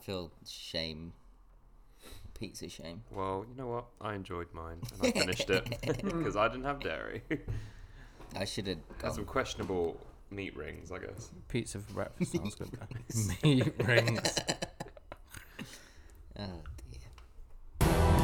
feel shame. Pizza shame. Well, you know what? I enjoyed mine and I finished it because I didn't have dairy. I should have Had some gone. questionable meat rings, I guess. Pizza for breakfast sounds good. though. Meat rings. Oh dear.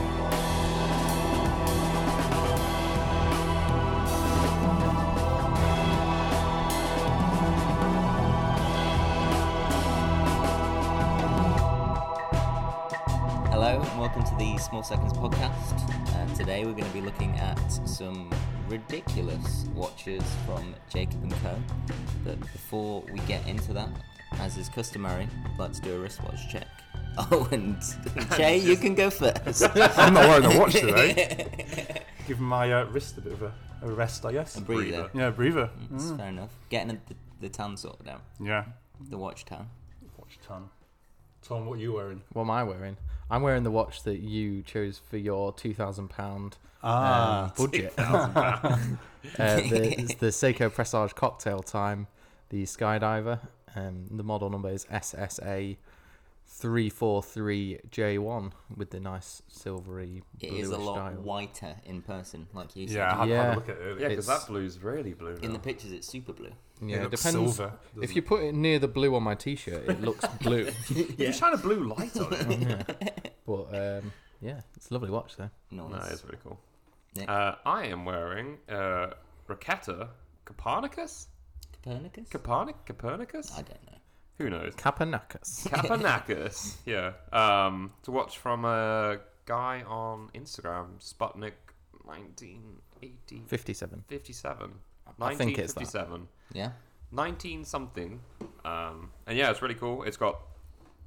Hello and welcome to the Small Seconds podcast. Uh, today we're going to be looking at some ridiculous watches from Jacob and Co. But before we get into that, as is customary, let's do a wristwatch check. Oh, and Jay, you can go first. I'm not wearing a watch today. Giving my uh, wrist a bit of a, a rest, I guess. Breather. Mm. Yeah, breather. That's fair enough. Getting the, the tan sorted out. Yeah. The watch tan. Watch ton. Tom, what are you wearing? What am I wearing? I'm wearing the watch that you chose for your two thousand pound Um, Ah, budget. uh, the, it's the Seiko Presage Cocktail Time, the Skydiver. Um, the model number is SSA three four three J one with the nice silvery. It is a bluish lot dial. whiter in person, like you said. Yeah, I had, had Yeah. a look at it earlier. Yeah, because It's- that blue's really blue. In the Now. pictures, it's super blue. Yeah, it it looks depends. silver, if doesn't you put it near the blue on my t-shirt, it looks blue. You shine a blue light on it. but um, yeah, it's a lovely watch though. Nice. No, it's really cool. Nick? Uh, I am wearing uh, Raketa Copernicus? Copernicus? Copernic Copernicus? I don't know. Who knows? Kapanakis. Copernicus. yeah. Um, to watch from a guy on Instagram, Sputnik 1980 Fifty-seven. 57. I think it's that. 1957. Yeah. 19 something. Um, and yeah, it's really cool. It's got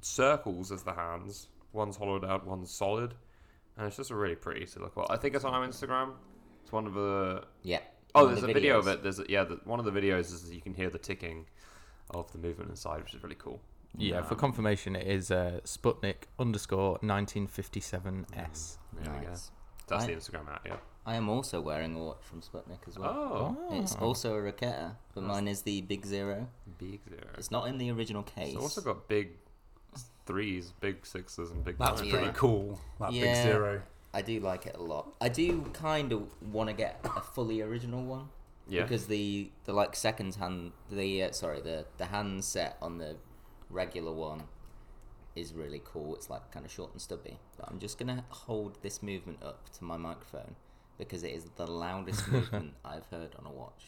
circles as the hands. One's hollowed out, one's solid. And it's just a really pretty to look at. I think it's on our Instagram. It's one of the. Yeah. One Oh, of there's a the video of videos. it. There's a, yeah, the, one of the videos is you can hear the ticking of the movement inside, which is really cool. Yeah, for confirmation, it is uh, Sputnik underscore 1957S. There we go. Nice. That's I- the Instagram app, yeah. I am also wearing a watch from Sputnik as well. Oh, It's also a Raketa, but mine is the Big Zero. big zero. It's not in the original case. It's also got big threes, big sixes, and big. That's nines. pretty Yeah. cool. That big Yeah. zero. I do like it a lot. I do kind of want to get a fully original one. Yeah. Because the the like second hand the uh, sorry the the hand set on the regular one is really cool. It's like kind of short and stubby. But I'm just gonna hold this movement up to my microphone because it is the loudest movement I've heard on a watch.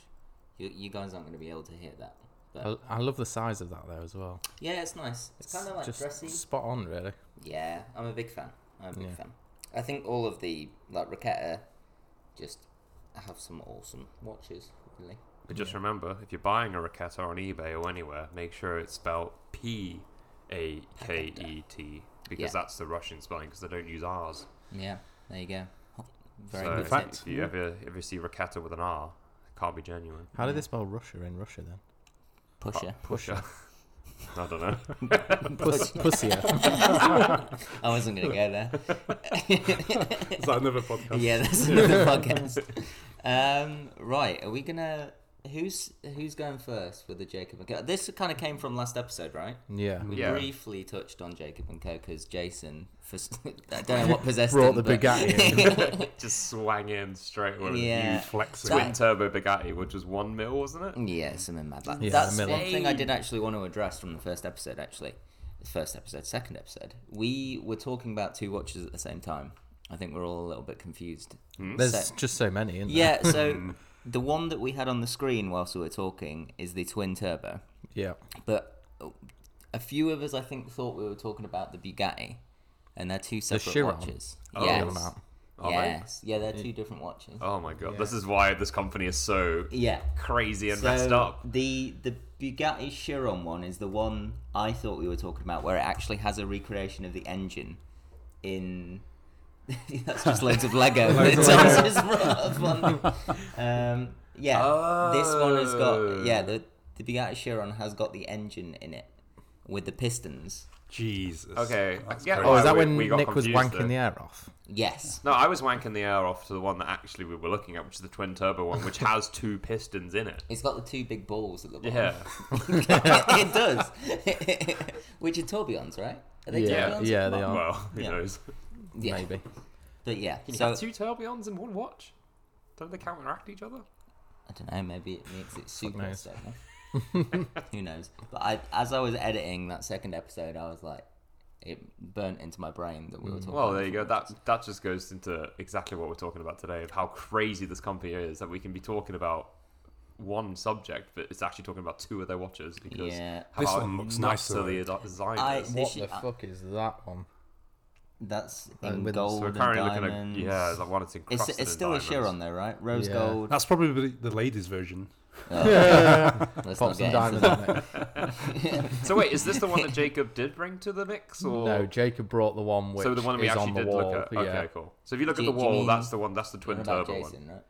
You you guys aren't gonna be able to hear that. I, But I love the size of that though as well. yeah, it's nice. It's, kind of like just dressy. spot on, really. Yeah, I'm a big fan. I'm a big Yeah. fan. I think all of the like Raketa just have some awesome watches. Really, But just remember, if you're buying a Raketa on eBay or anywhere, make sure it's spelled P A K E T because Yeah. that's the Russian spelling because they don't use R's. yeah. There you go. Very so good if, fact. tip. if you ever if you see Raketa with an R, it can't be genuine. How did they spell Russia in Russia then? pusher. Pusher. I don't know. Puss, Pussia. I wasn't gonna go there. Is that another podcast? yeah, that's another podcast. Um, right, are we gonna? Who's who's going first with the Jacob and Co? This kind of came from last episode, right? Yeah. We Yeah. briefly touched on Jacob and Co because Jason, for, s- I don't know what possessed Brought him, the but- Bugatti in. Just swang in straight with Yeah. Mm. a huge Flexing. twin turbo Bugatti, which was one mil, wasn't it? Yeah, something mad like Yeah, That's Miller. one thing I did actually want to address from the first episode, actually. The first episode, second episode. We were talking about two watches at the same time. I think we're all a little bit confused. Hmm? There's So- just so many, isn't there? yeah, so the one that we had on the screen whilst we were talking is the twin turbo. Yeah. Oh, But a few of us, I think, thought we were talking about the Bugatti, and they're two separate Chiron. watches. Oh. Check 'em yes. out. Are they? yes. Yeah, they're two different watches. Oh my god, this is why this company is so Yeah. crazy and So messed up. The the Bugatti Chiron one is the one I thought we were talking about, where it actually has a recreation of the engine in. That's just loads of Lego. that Tom's just brought up on. Um, yeah, this one has got yeah the the Bugatti Chiron has got the engine in it with the pistons. Jesus. Okay, yeah. Oh, why is that we- when we got Nick was confused wanking there. the air off? Yes, No, I was wanking the air off to the one that actually we were looking at, which is the twin turbo one, which has two pistons in it. it's got the two big balls at the bottom. Yeah, it does, which are tourbillons, right? Are they Yeah, tourbillons? yeah, they Come on. are. Well, who Yeah. knows? Yeah. maybe. But yeah, Can you so have two tourbillons in one watch? Don't they counteract each other? I don't know. Maybe it makes it super. knows? I don't know. Who knows? But I, as I was editing that second episode, I was like, it burnt into my brain that we were talking. Well, about there you go. different That that just goes into exactly what we're talking about today of how crazy this company is that we can be talking about one subject, but it's actually talking about two of their watches because Yeah. how This one looks nuts nicer. are the ad- design I- is. They What should- the uh, fuck is that one? That's Uh, in with- so gold So we're and currently diamonds. looking at yeah, the one that's it's, encrusted it's in still a diamonds. Chiron though, right? Rose Yeah. gold. Oh, That's probably the, the ladies' version. Let's Pop not some get into diamonds on it. that. So wait, is this the one that Jacob did bring to the mix, or No, Jacob brought the one which so the one that we is actually on the did wall. look at? Okay, yeah. cool. So if you look Do- at the do you wall, mean- that's the one. That's the twin What about turbo one. Jason, right?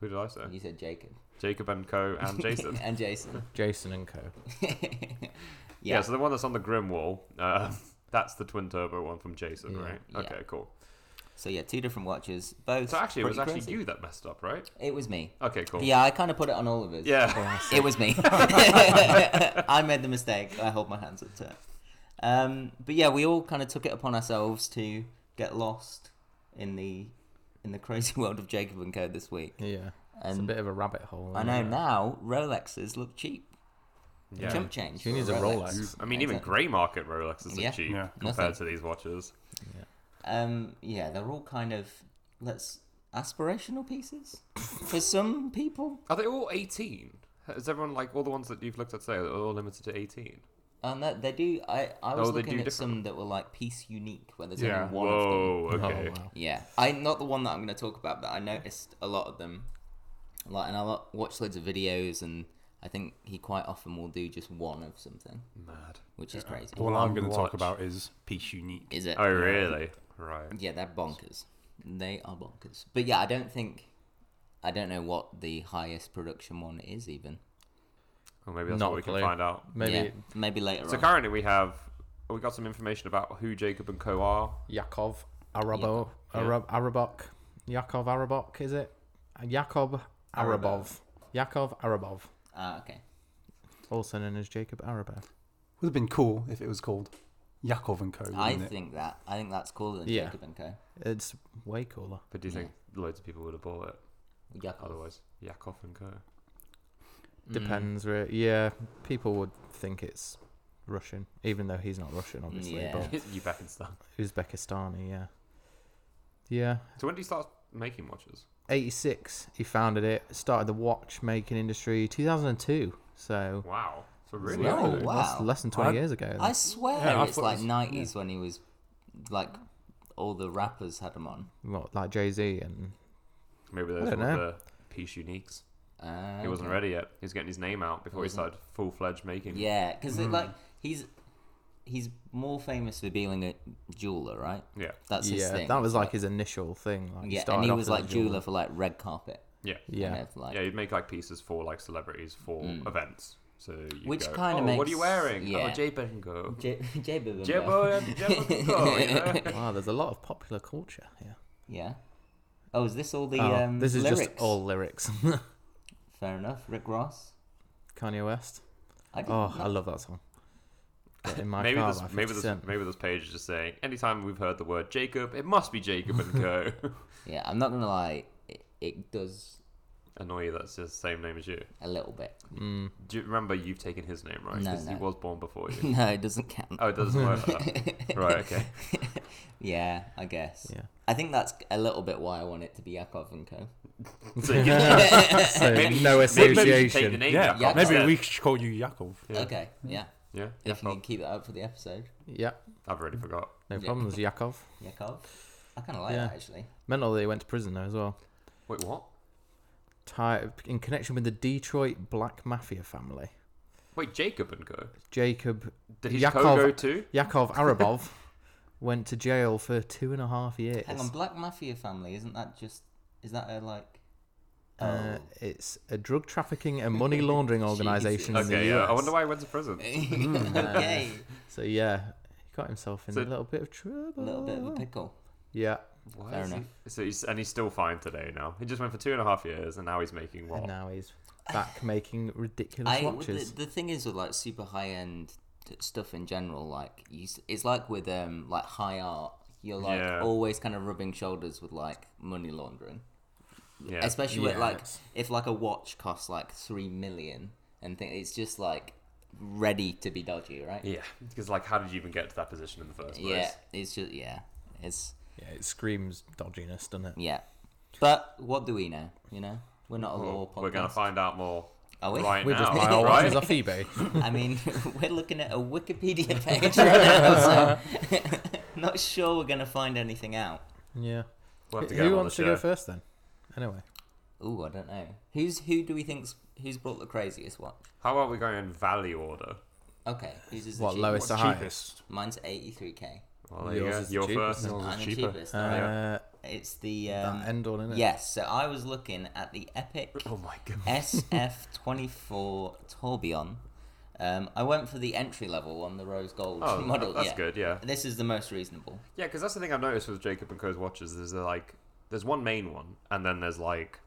Who did I say? You said Jacob. Jacob and Co. and Jason. and Jason. Jason and Co. Yeah. so the one that's on the Grim Wall, uh, that's the twin turbo one from Jason, Yeah. right? Yeah. Okay, cool. So yeah, two different watches, both. So actually, it was pretty actually crazy. you that messed up, right? It was me. Okay, cool. Yeah, I kind of put it on all of us. Oh, Yeah. it was me. I made the mistake. I hold my hands up to it. Um, but yeah, we all kind of took it upon ourselves to get lost in the in the crazy world of Jacob and Co this week. Yeah, it's a And bit of a rabbit hole. I know now Rolexes look cheap. Yeah. Chump change. Who for needs a Rolex? I mean, even Exactly. grey market Rolexes are Yeah. cheap Yeah. compared Nothing. to these watches. Um, yeah, they're all kind of let's aspirational pieces for some people. Are they all 18? Is everyone like all the ones that you've looked at today are all limited to 18? And that they do. I I was Oh, they looking do at some that were like piece unique, where there's Yeah. only one of them. Whoa, okay. Oh, wow. Yeah, I not the one that I'm going to talk about, but I noticed a lot of them. Like, and I lo- watch loads of videos, and I think he quite often will do just one of something, Mad. which is crazy. The one I'm going to watch. talk about is Piece Unique. Is it? Oh, really? Right. Yeah, they're bonkers. They are bonkers. But yeah, I don't think, I don't know what the highest production one is even. Well, maybe that's Not what we a clue. can find out. yeah, Maybe maybe later So on. currently we have we got some information about who Jacob and Co are. Yakov Arabo Yeah. Arab, Arabok Yakov Arabok is it? Yakov Arabov. Yakov Arabov, Ah, okay. also known as Jacob Arabov. Would have been cool if it was called Yakov and Co. I wouldn't it? think that I think that's cooler than Yeah. Jacob and Co. It's way cooler. But do you think loads of people would have bought it Yakov. otherwise? Yakov and Co. Mm. Depends. Re- yeah, people would think it's Russian, even though he's not Russian, obviously. Yeah. you back in stuff. But Uzbekistani, yeah. Yeah, So when do you start making watches? 86 he founded it started the watchmaking industry 2002 so Wow. So really? Wow. early. Oh, that's less than 20 I- years ago I swear Yeah, I it's thought it like was- nineties when he was like all the rappers had him on. what, like jay-z and Maybe I those were don't the piece uniques. Uh, He wasn't okay. ready yet. He was getting his name out before he Wasn't- started full fledged making. Yeah, because Hmm. like he's he's more famous for being a jeweler, right? Yeah. That's his yeah thing. that was like his initial thing like he yeah, and started he off was as a like jeweler for like red carpet. Yeah. kind yeah of, like- Mm. Yeah, you'd make like pieces for like celebrities for events. So you Which go, kinda oh, What makes- are you wearing? yeah. Oh, Jay Benko. J- J- Bibimbo. Jay Bo- Jay Benko, you know? wow there's a lot of popular culture here yeah. Oh, is this all the Oh, um, this is lyrics? just all lyrics Fair enough. Rick Ross. kanye west I didn't oh know- i love that song Got in my Maybe car this, by maybe 50 this, Cent. maybe this page is just saying. Anytime we've heard the word Jacob, it must be Jacob and Co. Yeah, I'm not gonna lie. It, it does Annoy you. That's just the same name as you. a little bit. Mm, Do you remember you've taken his name right? No, Because he no. was born before you. no, it doesn't count. Oh, it doesn't work like that. Right, okay. Yeah, I guess. Yeah. I think that's a little bit why I want it to be Yakov and Co. So you- So, maybe you no should- maybe you should take the association name Yeah, Yakov Yakov. maybe instead. we should call you Yakov. Yeah. Okay, yeah. Yeah, If you Yakov. can keep it up for the episode, yeah I've already forgot. no Yeah. problems yakov Yakov. I kind of like Yeah. that actually. mental that he went to prison though as well Wait, what? Ti- in connection with the detroit black mafia family Wait, Jacob and Co. Jacob Did his Yakov- co go too? Yakov Arabov went to jail for two and a half years. Hang on, Black Mafia Family isn't that just? Is that a like? Oh, Uh, it's a drug trafficking and money laundering organization in the Okay, yeah. US. I wonder why he went to prison. oh. Eh, hmm, okay. So yeah, he got himself in So- a little bit of trouble. A little bit of a pickle. Yeah, Why Fair is he- enough. So he's, and he's still fine today now. He just went for two and a half years, and now he's making what? and now he's back making ridiculous I well, watches. the, the thing is with like super high end t- stuff in general. Like you, s- it's like with um like high art, you're like Yeah. always kind of rubbing shoulders with like money laundering, Yeah. especially with like Yes. if like a watch costs like three million and thing, it's just like ready to be dodgy, right? yeah. Because like, how did you even get to that position in the first place? yeah it's just yeah, it's Yeah, it screams dodginess, doesn't it? yeah. But what do we know? You know, we're not a law Well, podcast. we're gonna find out more. Are we? Right We now, just buy our Oh, right? watches off eBay. I mean, we're looking at a Wikipedia page right now, so not sure we're going to find anything out. yeah. We'll have to get him on Who the wants to go show. first then? Anyway, Ooh, I don't know. Who's who? Do we think's who's brought the craziest watch? How about we go in value order? Okay, who's is the what cheapest? lowest to highest? Mine's eighty-three k. Well, there you Yours go. is the You're cheapest. first. Yours I'm is the cheaper. cheapest. Uh, alright. it's the um, that end all in it. yes. So I was looking at the Epic Oh my god. SF24 Tourbillon. Um, I went for the entry level one, the rose gold Oh, model. that's yeah. good. Yeah. This is the most reasonable. Yeah, because that's the thing I've noticed with Jacob and Co's watches. There's uh, like, there's one main one, and then there's like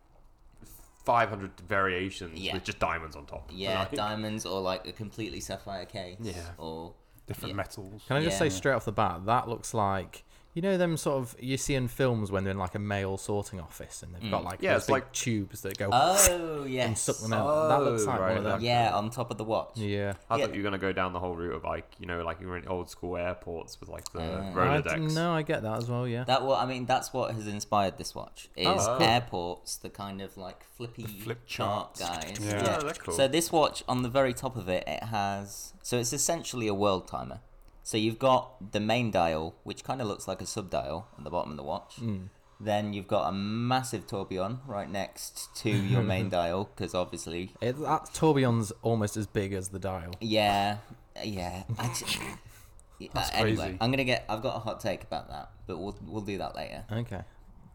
500 variations Yeah. with just diamonds on top. Yeah, Like- diamonds or like a completely sapphire case. Yeah. Or Different Yeah. metals. Can I just say Yeah. straight off the bat that looks like you know them sort of you see in films when they're in like a mail sorting office and they've got like Yeah, those it's big like- tubes that go Mm. oh yes. and suck them out. that looks Oh, like right, one of them. okay. Yeah, on top of the watch. Yeah. I Yeah. thought you were gonna go down the whole route of like, you know, like you were in old school airports with like the Uh, I Rolodex. didn't know. I get that as well. Yeah. That what I mean. That's what has inspired this watch. Is Oh, cool. airports the kind of like flippy flip chart charts. guys? Yeah. Yeah, they're cool. So this watch on the very top of it, it has. So it's essentially a world timer. So you've got the main dial, which kind of looks like a sub dial at the bottom of the watch. Mm. Then you've got a massive tourbillon right next to your main dial, because obviously It, that tourbillon's almost as big as the dial. Yeah, yeah. I j- Yeah, anyway, crazy. I'm gonna get. I've got a hot take about that, but we'll we'll do that later. Okay.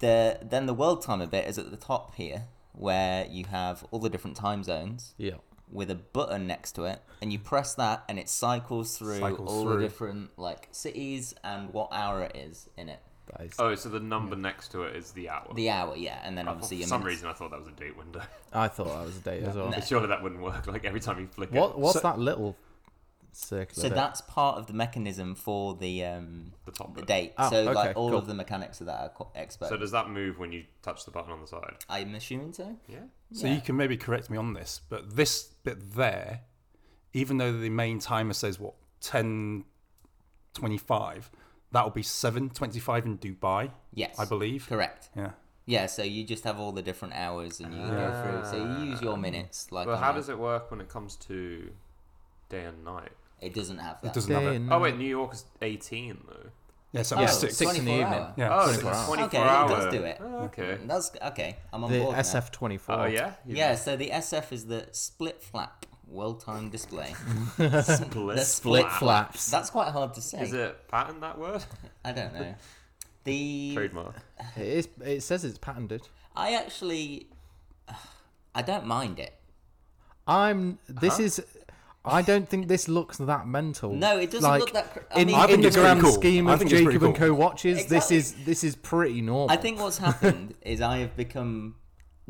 The then the world time of it is at the top here, where you have all the different time zones Yeah. with a button next to it, and you press that, and it cycles through Cycles all through. the different like cities and what hour it is in it. That is. Oh, so the number next to it is the hour. The hour, yeah, and then I thought- obviously Oh, for your some minutes. reason, I thought that was a date window. I thought that was a date as well. No. Surely that wouldn't work. Like every time you flick What? it, What's So- that little circular? So bit? that's part of the mechanism for the um the top the bit. date. Oh, so okay, like all cool. of the mechanics of that are co- expert. So does that move when you touch the button on the side? I'm assuming so. Yeah. So Yeah. you can maybe correct me on this, but this bit there, even though the main timer says what ten twenty-five, that will be seven twenty-five in Dubai, Yes. I believe. Correct. Yeah. Yeah, so you just have all the different hours and you go through. So you use your minutes. Like Well, on how a- does it work when it comes to day and night? it doesn't have that. It doesn't Day have it. and Oh night. wait, New York is 18 though. Yeah, so Oh, yeah, Yeah, six. six in the 24 evening. hour. Yeah, Oh, so six. it's 24 okay, hour. it does do it. Oh, okay. That's okay. I'm on the board now. SF24. Oh yeah. Yeah, so the SF is the split flap well timed display. split, the split flap. Flaps. That's quite hard to say. Is it pattern that word? I don't know. The Trademark. It, is, it says it's patented. I actually I don't mind it. I'm. This is. I don't think this looks that mental. No, it doesn't Like, look that cr- I in mean- I think in the it's pretty grand cool. scheme I of think it's pretty Jacob and cool. Co. watches, this Exactly. is this is pretty normal. I think what's happened is I have become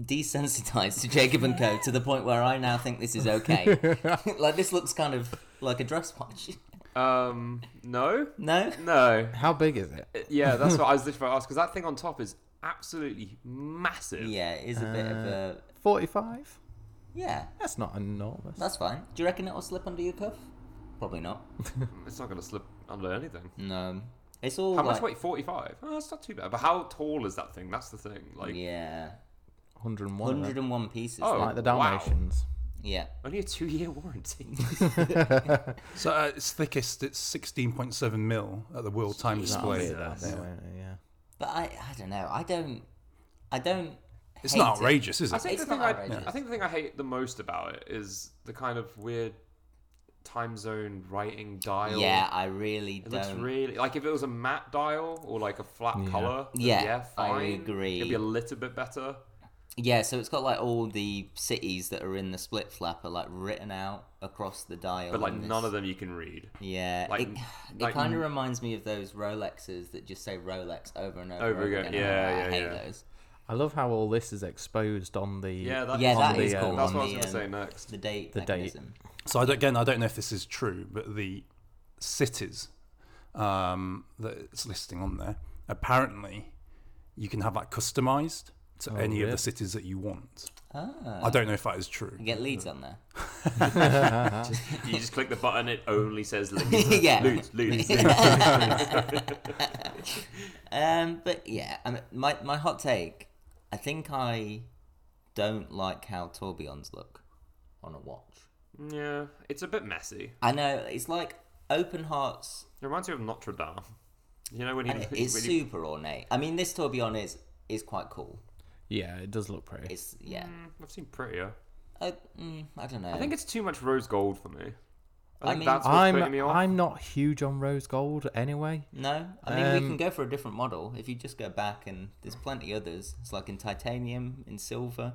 desensitized to Jacob and Co. to the point where I now think this is okay. like this looks kind of like a dress watch. Um, no, No, no. How big is it? Uh, Yeah, that's what I was literally about to ask because that thing on top is absolutely massive. yeah, it is a bit of a Uh. Forty-five. yeah. That's not enormous. That's fine. Do you reckon it'll slip under your cuff? Probably not. It's not going to slip under anything. No, it's all How Mm. much like- weight? 45. Oh, that's not too bad. But how tall is that thing? That's the thing. Like, Yeah, Hundred and one. hundred and one pieces. Oh. like- Like the Wow. Dalmatians. yeah. only a two year warranty. So uh, its thickest, it's sixteen point seven mil at the world time display. Oh, That'll be about there, won't it? Yeah. But I, I don't know. I don't, I don't. It's hate not it. outrageous, is I it? think, It's the thing not I, outrageous. I think the thing I hate the most about it is the kind of weird time zone writing dial. Yeah, I really It looks don't. really like if it was a matte dial or like a flat color. Um, Yeah, yeah, I fine. agree. It'd be a little bit better. Yeah, so it's got like all the cities that are in the split flap are like written out across the dial. but like in this- none of them you can read. Yeah, like- it, it like- kind of reminds me of those Rolexes that just say Rolex over and over, Over again. and again, yeah, I hate yeah, yeah. those. I love how all this is exposed on the Yeah, that Yeah, is that cool. is cool That's on what I was the, going to say um, next. The date The date. mechanism. So I don't, again, I don't know if this is true, but the cities um, that it's listing on there, apparently, you can have that customized to Oh, any of the weird. cities that you want. Ah. I don't know if that is true. You get leads on there. You just click the button, it only says loot, yeah. loot, loot. Um, but yeah, I mean, my my hot take. I think I don't like how tourbillons look on a watch. Yeah, it's a bit messy. I know it's like open hearts. It reminds me of Notre Dame. You know when he And it when is he- super ornate. I mean, this tourbillon is is quite cool. Yeah, it does look pretty. It's yeah. Mm, I've seen prettier. I, mm, I don't know. I think it's too much rose gold for me. I I think mean- that's what's I'm putting me off. I'm not huge on rose gold anyway. no. I mean, we Um, can go for a different model if you just go back and there's plenty others. It's like in titanium, in silver.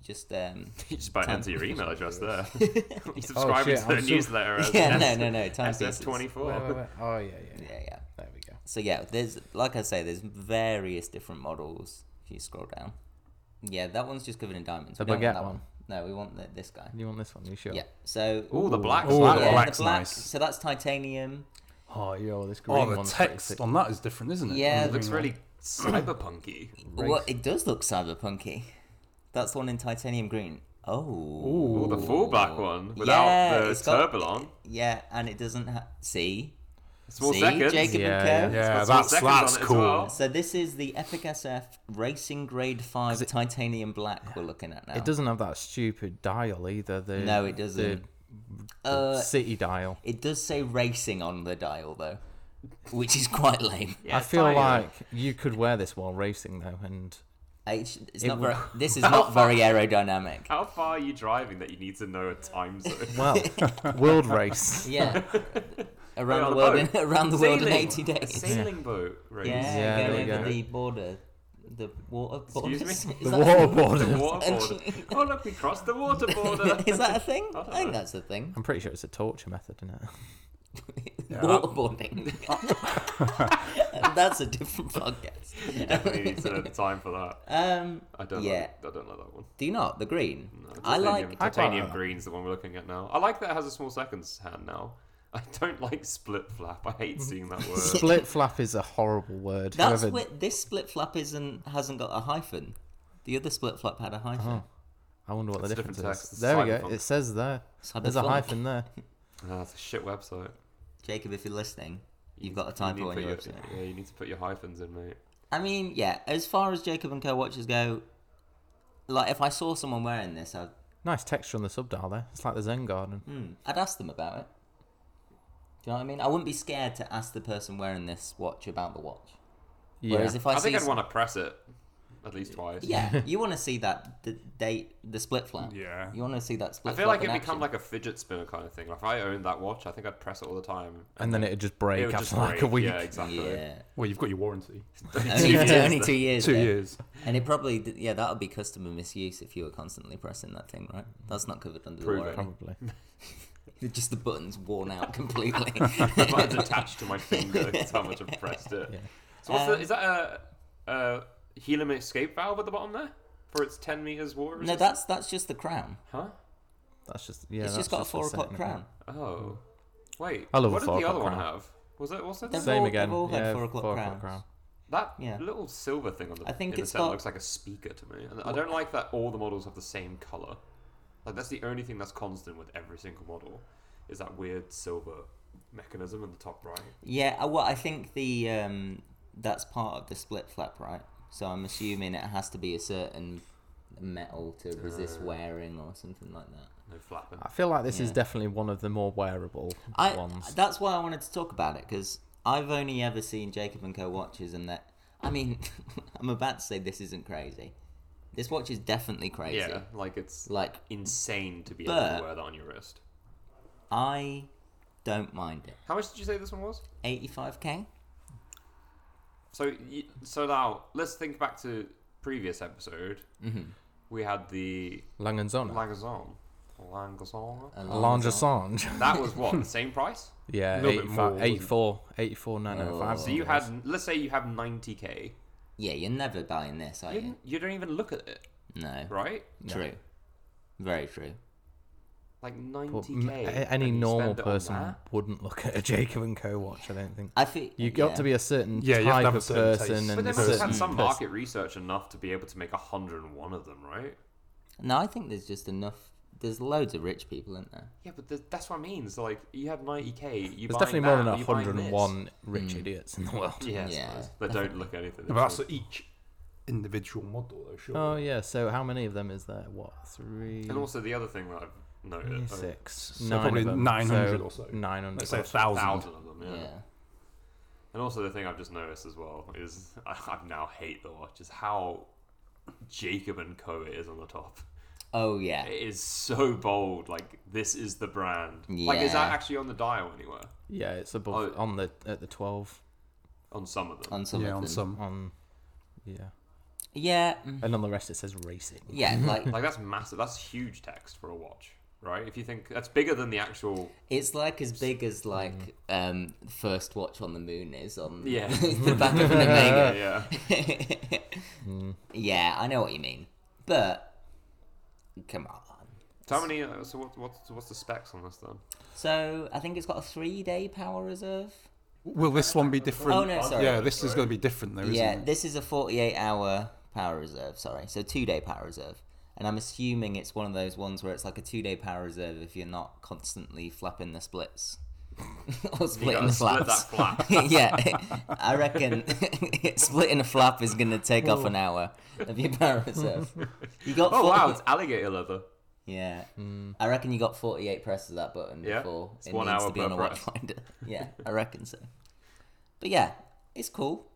You just um. You just about Time- enter your email address there. you subscribing Oh, shit, to their I'm so- newsletter. as Yeah, S- no, no, no, timepieces. Wait, wait, SS24. wait. Oh yeah, yeah, Yeah, yeah. There we go. So yeah, there's like I say, there's various different models. If you scroll down, yeah, that one's just covered in diamonds. The We don't want baguette that one. No, we want the, this guy. You want this one? You sure? Yeah. So Oh, the black. Ooh, yeah, the the black's black- nice. So that's titanium. Oh, yo, this green Oh, the one's pretty text sick. on that is different, isn't it? Yeah, On It the looks green one. really cyberpunky. Well, it does look cyberpunky. That's the one in titanium green. Oh. Oh, the fullback one without Yeah, the it's got- turban on. Yeah, and it doesn't ha- see. Small see, seconds. Jacob Yeah, and Co. Yeah, It's got that's some seconds on that's it as cool. well. So this is the Epic SF Racing Grade Five titanium black we're looking at now. It doesn't have that stupid dial either. The, No, it The, doesn't. Uh, city dial. It does say racing on the dial though, which is quite lame. Yeah, I feel tiny. like you could wear this while racing though, and It's, it's not very, this is not very aerodynamic. How far are you driving that you need to know a time zone? well, world race. Yeah, on around a the world boat. in around the world in Sailing. eighty days. Sailing boat race. Yeah, Yeah, there going you over go. the border, the water border. Excuse me? The waterboard. Water border. Essentially. Oh look, we crossed the water border. Is that a thing? I don't I think know. that's a thing. I'm pretty sure it's a torture method, isn't it? that- Waterboarding. that's a different podcast. you definitely need to know the time for that. Um, I don't. Yeah. Like, I don't like that one. do you not the green? No, I titanium, like. titanium like that. green's the one we're looking at now. I like that it has a small seconds hand now. I don't like split flap. I hate seeing that word. Split flap is a horrible word. That's Whoever- where this split flap isn't hasn't got a hyphen. The other split flap had a hyphen. Uh-huh. I wonder what the It's a difference different text. is. It's There we go. cyberpunk. It says there. There's a Cyberpunk. hyphen there. Ah, it's a shit website. Jacob, if you're listening, You you've got a need- typo you need on to your put website. Yeah, you need to put your hyphens in, mate. I mean, yeah, as far as Jacob and Co watches go, like if I saw someone wearing this, I'd Nice texture on the subdial there. It's like the Zen Garden. hmm, I'd ask them about it. Do you know what I mean? I wouldn't be scared to ask the person wearing this watch about the watch. Yeah. Whereas if I, I, see think I'd some- want to press it at least twice. yeah, you want to see that the date, the split flap. Yeah. you want to see that I split. feel flap like in it'd become action. like a fidget spinner kind of thing. Like if I owned that watch, I think I'd press it all the time. and then it'd just break It would after just like a break. week. Yeah, exactly. yeah. Well, you've got your warranty. Only, Two two, years only then. two years. Two then. years. And it probably, d- yeah, that would be customer misuse if you were constantly pressing that thing, right? That's not covered under Prove the warranty. Probably. Just the buttons worn out completely. If I had attached to my finger, that's how much I've pressed it. Yeah. So what's the, Um, is that a, a helium escape valve at the bottom there for its 10 meters water no, resistance? that's that's just the crown. Huh? That's just yeah. it's that's just got a the four o'clock setting. crown. Oh. Wait. Hmm. I love what did a the four-o'clock other one crown. have? Was it what's it? They've Same all- again. they've all had yeah, four o'clock crowns. crown. That Yeah. little silver thing on the I think in the it's set got- looks like a speaker to me. And I don't like that all the models have the same color. Like that's the only thing that's constant with every single model is that weird silver mechanism in the top right. Yeah, uh, well, I think the um, that's part of the split flap, right? So I'm assuming it has to be a certain metal to resist wearing or something like that. No flapping. Ah, I feel like this is Yeah. definitely one of the more wearable I, ones. That's why I wanted to talk about it because I've only ever seen Jacob and Co watches, and that I mean, I'm about to say this isn't crazy. This watch is definitely crazy. Yeah, like it's Like insane to be able But- to wear that on your wrist. I don't mind it. How much did you say this one was? 85k. So, y so now let's think back to previous episode. Mhm. We had the Langenzona. Langazon. Langazon. A Lange Lange- Assange. That was what the same price. Yeah, little bit more, 84, wasn't it? 84, 905. So you had, let's say you have ninety k. Yeah, you're never buying this, are You, you? you don't even look at it, No. right? True. Very true. Like But ninety m- k. a- any normal person wouldn't look at a Jacob and Co watch. I don't think I think you got yeah. to be a certain Yeah, you have to type have a of certain person taste. and Uh, But they a must have certain had some person. market research enough to be able to make hundred and one of them, right? No, I think there's just enough. There's loats of rich people, isn't there? Yeah, but th- that's what I mean. So like, you had ninety k. You There's buying definitely that, more than are you buying this? Mm. 101 rich idiots in the world. Yeah, Yeah, yeah. That don't look anything. But that's each individual model, though, sure. Oh yeah, so how many of them is there? What three? And also the other thing that I've noted, uh, six, So nine probably of them. 900 or so. Nine hundred. Let's say a thousand thousand. of them. Yeah. Yeah. And also the thing I've just noticed as well is I, I now hate the watch is how Jacob and Co it is on the top. Oh yeah. It is so bold. Like this is the brand. Like is that Yeah. actually on the dial anywhere? Yeah, it's above Oh. on the at the twelve On some of them. On some Yeah, of on them. some. on. Yeah, Yeah. mm, and on the rest it says racing. Yeah. Like like that's massive. That's huge text for a watch, right? If you think that's bigger than the actual. it's like as big as Mm. like um first watch on the moon is on Yeah. the back of an Yeah, Omega. yeah. Mm. yeah, I know what you mean, but come on. So how many? uh, So what, what's what's the specs on this then? So I think it's got a three-day power reserve. Will this one be different? Oh, no, sorry. Yeah, this is going to be different, though, yeah, isn't it? this is a 48-hour power reserve. Sorry, so two-day power reserve. And I'm assuming it's one of those ones where it's like a two-day power reserve if you're not constantly flapping the splits or You splitting gotta the split that flaps. flap. yeah, I reckon splitting a flap is going to take off an hour of your power reserve. You got Oh 40 wow, it's alligator leather. yeah. mm. I reckon you got 48 presses of that button Yeah, before it's one hour per press. watchfinder. yeah, I reckon so. But yeah, it's cool.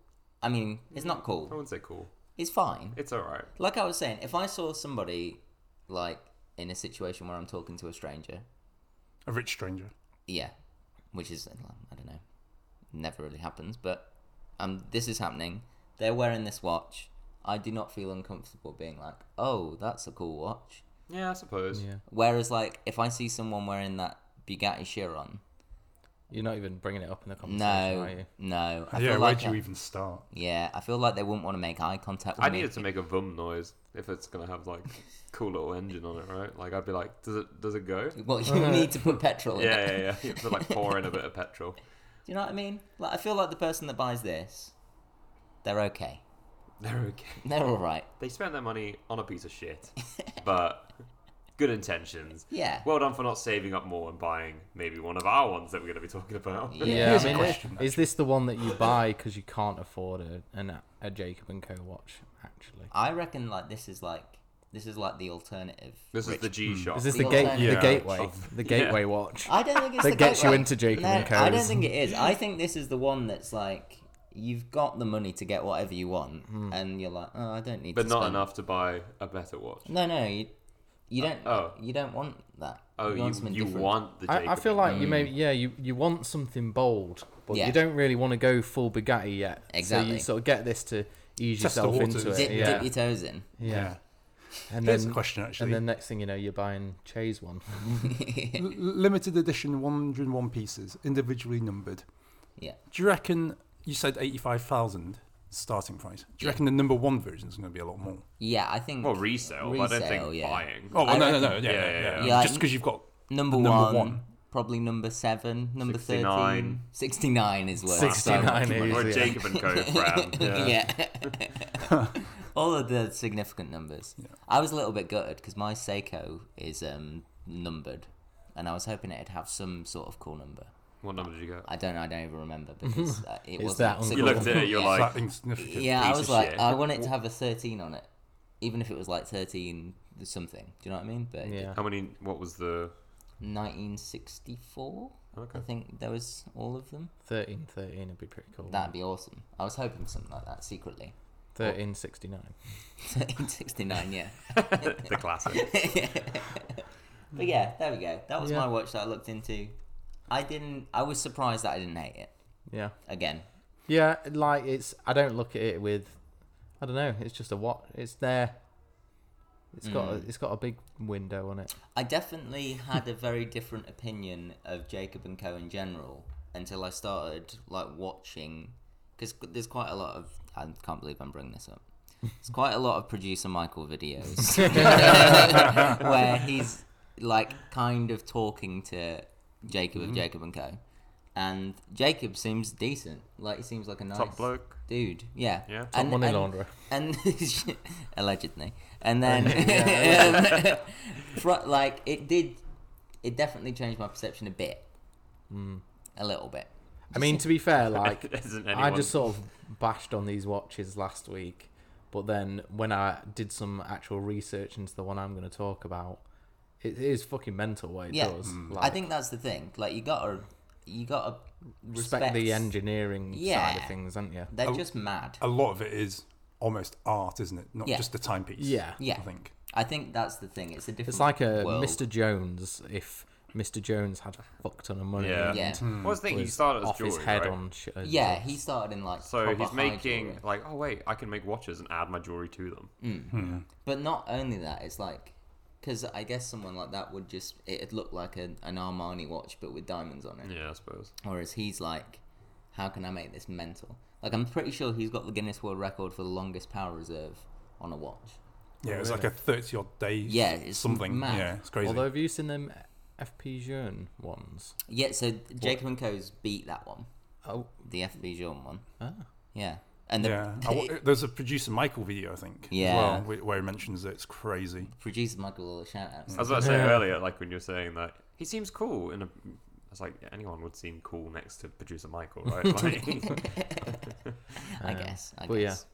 I mean, it's not I cool. wouldn't say cool. It's fine. It's all right. Like I was saying, if I saw somebody like in a situation where I'm talking to a stranger, A rich stranger. yeah, which is I don't know, never really happens, but um, this is happening. They're wearing this watch. I do not feel uncomfortable being like, oh, that's a cool watch. Yeah, I suppose. Yeah, Whereas, like, if I see someone wearing that Bugatti Chiron, you're not even bringing it up in the conversation, no, are you? no, I feel yeah, where like do you I- even start? yeah, I feel like they wouldn't want to make eye contact with I me. needed to make a vum noise if it's gonna have like cool little engine on it, right? Like I'd be like, does it does it go? Well, you need to put petrol in it. Yeah, yeah, yeah. You have to like pour in a bit of petrol. Do you know what I mean? Like, I feel like the person that buys this, they're okay. They're okay. They're all right. They spent their money on a piece of shit, but good intentions. Yeah. Well done for not saving up more and buying maybe one of our ones that we're gonna be talking about. Yeah. Yeah, Here's I a mean, question, is this the one that you buy because you can't afford a, an, a Jacob and Co watch? Actually, I reckon like this is like this is like the alternative. This is the G shot. is this The the gate? alternative The Yeah. gateway? The Yeah. gateway watch? I don't think it's That the gets you gateway. into Jacob no, and I don't Co's. think it is. I think this is the one that's like you've got the money to get whatever you want, Hmm. and you're like, oh, I don't need. But to not spend. enough to buy a better watch. No, no, you, you don't. oh. you don't want that. Oh, you, want something you different. want the Jacob. I, I feel like you Mm. may yeah you, you want something bold, but Yeah. you don't really want to go full Bugatti yet. So Exactly. you sort of get this to ease Test the yourself waters. into it. Dip, yeah. dip your toes in. Yeah. yeah. And Here's then a question, actually. and then next thing you know, you're buying Che's one. L- limited edition 101 pieces, individually numbered. Yeah. Do you reckon you said 85,000 starting price? Do you reckon the number one version is going to be a lot more? Yeah, I think. Well, Oh, resale, but I don't Resale, think yeah. buying. I Oh, well, no, no, no, reckon- yeah, Yeah, yeah, yeah, yeah. yeah. Yeah, Just I- because you've got number, number one, one. probably number seven, number 69. 13. 69 is worth 69 so much is, money. Or Yeah. Jacob and Co. brand. Yeah. yeah. All of the significant numbers. I was a little bit gutted because my Seiko is um, numbered, and I was hoping it'd have some sort of cool number. What number did you get? I don't. I don't even remember because uh, it wasn't. that significant. You looked at it, you're Yeah. like, that insignificant. yeah. I piece was of like, shit. I want it to have a thirteen on it, even if it was like thirteen something. Do you know what I mean? But yeah. How many? What was the? 1964. Okay. I think there was all of them. Thirteen thirteen would be pretty cool. That'd be awesome. I was hoping for something like that secretly. Thirteen sixty nine. 1969, yeah. the classic. But yeah, there we go. That was Yeah. my watch that I looked into. I didn't. I was surprised that I didn't hate it. Yeah. Again, Yeah, like it's I don't look at it with I don't know, it's just a what it's there. It's got Hmm. a, it's got a big window on it. I definitely had a very different opinion of Jacob and Co in general until I started like watching because there's quite a lot of I can't believe I'm bringing this up. There's quite a lot of producer Michael videos where he's like kind of talking to Jacob Mm-hmm. of Jacob and Co. And Jacob seems decent. Like he seems like a nice Top bloke. dude. Yeah. Yeah. Top and, money and- launderer. And allegedly, and then um, fro- like it did, it definitely changed my perception a bit, Mm, a little bit. I mean, to be fair, like There isn't I anyone. just sort of bashed on these watches last week, but then when I did some actual research into the one I'm going to talk about, it is fucking mental what it Yeah. Hmm. does. I Like, think that's the thing. Like you gotta, you gotta respect, respect, the engineering side Yeah. of things, aren't you? Oh. They're just mad. A lot of it is almost art, isn't it? Not Yeah. just the timepiece. Yeah. Yeah. I think. I think that's the thing. It's a different. It's like a world. Mr. Jones if Mr. Jones had a fuck ton of money. Yeah. and Yeah. What's the thing? He was started as off jewelry, his head right? on shit. Yeah, he started in like. So proper he's high making jewelry. like, oh wait, I can make watches and add my jewelry to them. But not only that, it's like, because I guess someone like that would just it'd look like a, an Armani watch but with diamonds on Mm. it. Yeah, I suppose. Whereas he's like, how can I make this mental? Like I'm pretty sure he's got the Guinness World Record for the longest power reserve on a watch. Yeah, it's like a 30 odd day. Yeah, it's something. mad. Yeah, it's crazy. Although have you seen them FP Jeune ones? Yeah, so Jacob and Co's beat that one, Oh, the FB Jean one. ah. Yeah, and the yeah. I wa- there's a producer Michael video, I think. as Yeah. well, where- where he mentions it. It's crazy. producer Michael a shout out. Mm. As I was saying earlier, like when you were saying that he seems cool, and I was like, anyone would seem cool next to producer Michael, right? Like, I Um, guess. I but yeah. guess.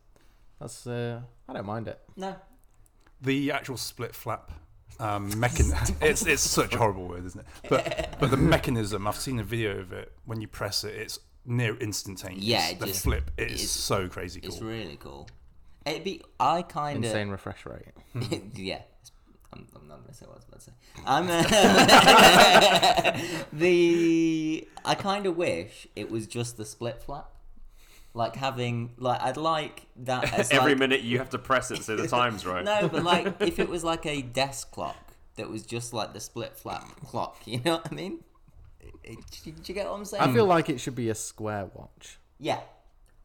That's uh, I don't mind it. No. the actual split flap um, mechanism. it's it's such a horrible word, isn't it? But but the mechanism. I've seen a video of it. When you press it, it's near instantaneous. Yeah, it the just- flip. It is it's- so crazy It's cool. really cool. It'd be. I kind of. Insane refresh rate. yeah. it's- I'm, I'm not gonna say what I was about to say. I'm uh, the. I kind of wish it was just the split flap, like having like I'd like that as every like, minute you have to press it so the time's right. No, but like if it was like a desk clock that was just like the split flap clock, you know what I mean? Do you- do you get what I'm saying? I feel like it should be a square watch. yeah,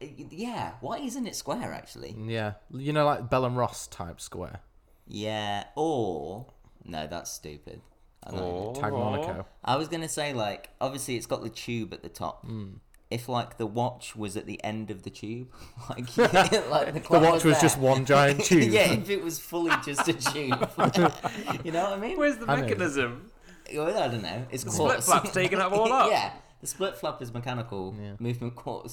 yeah. Why isn't it square actually? Yeah, you know, like Bell and Ross type square, Yeah, or no, that's stupid. I know. Tag Monaco. I was gonna say like obviously it's got the tube at the top. Hmm. If like the watch was at the end of the tube, like, like the, The clock watch was there. just one giant tube. yeah, if it was fully just a tube, you know what I mean? Where's the I know. mechanism? Well, I don't know. It's Split quartz. flap's taken up all up. yeah, the split flap is mechanical Yeah. Oh, uh, Oh. Oh.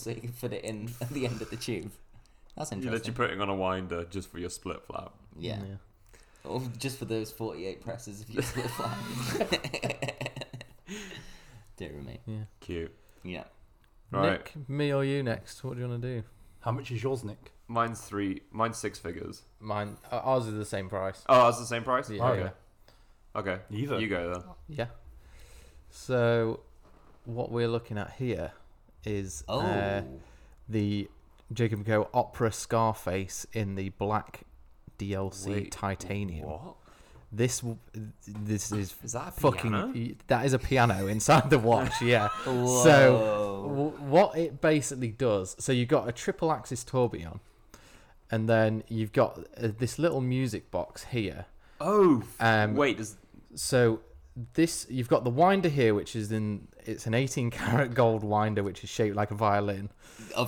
uh, Oh, Um,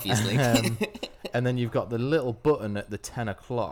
Uh, No, no, no, no. um, Um, No, you, you press, You the, press like the I said, there's a button at 10 o'clock, so you press that button and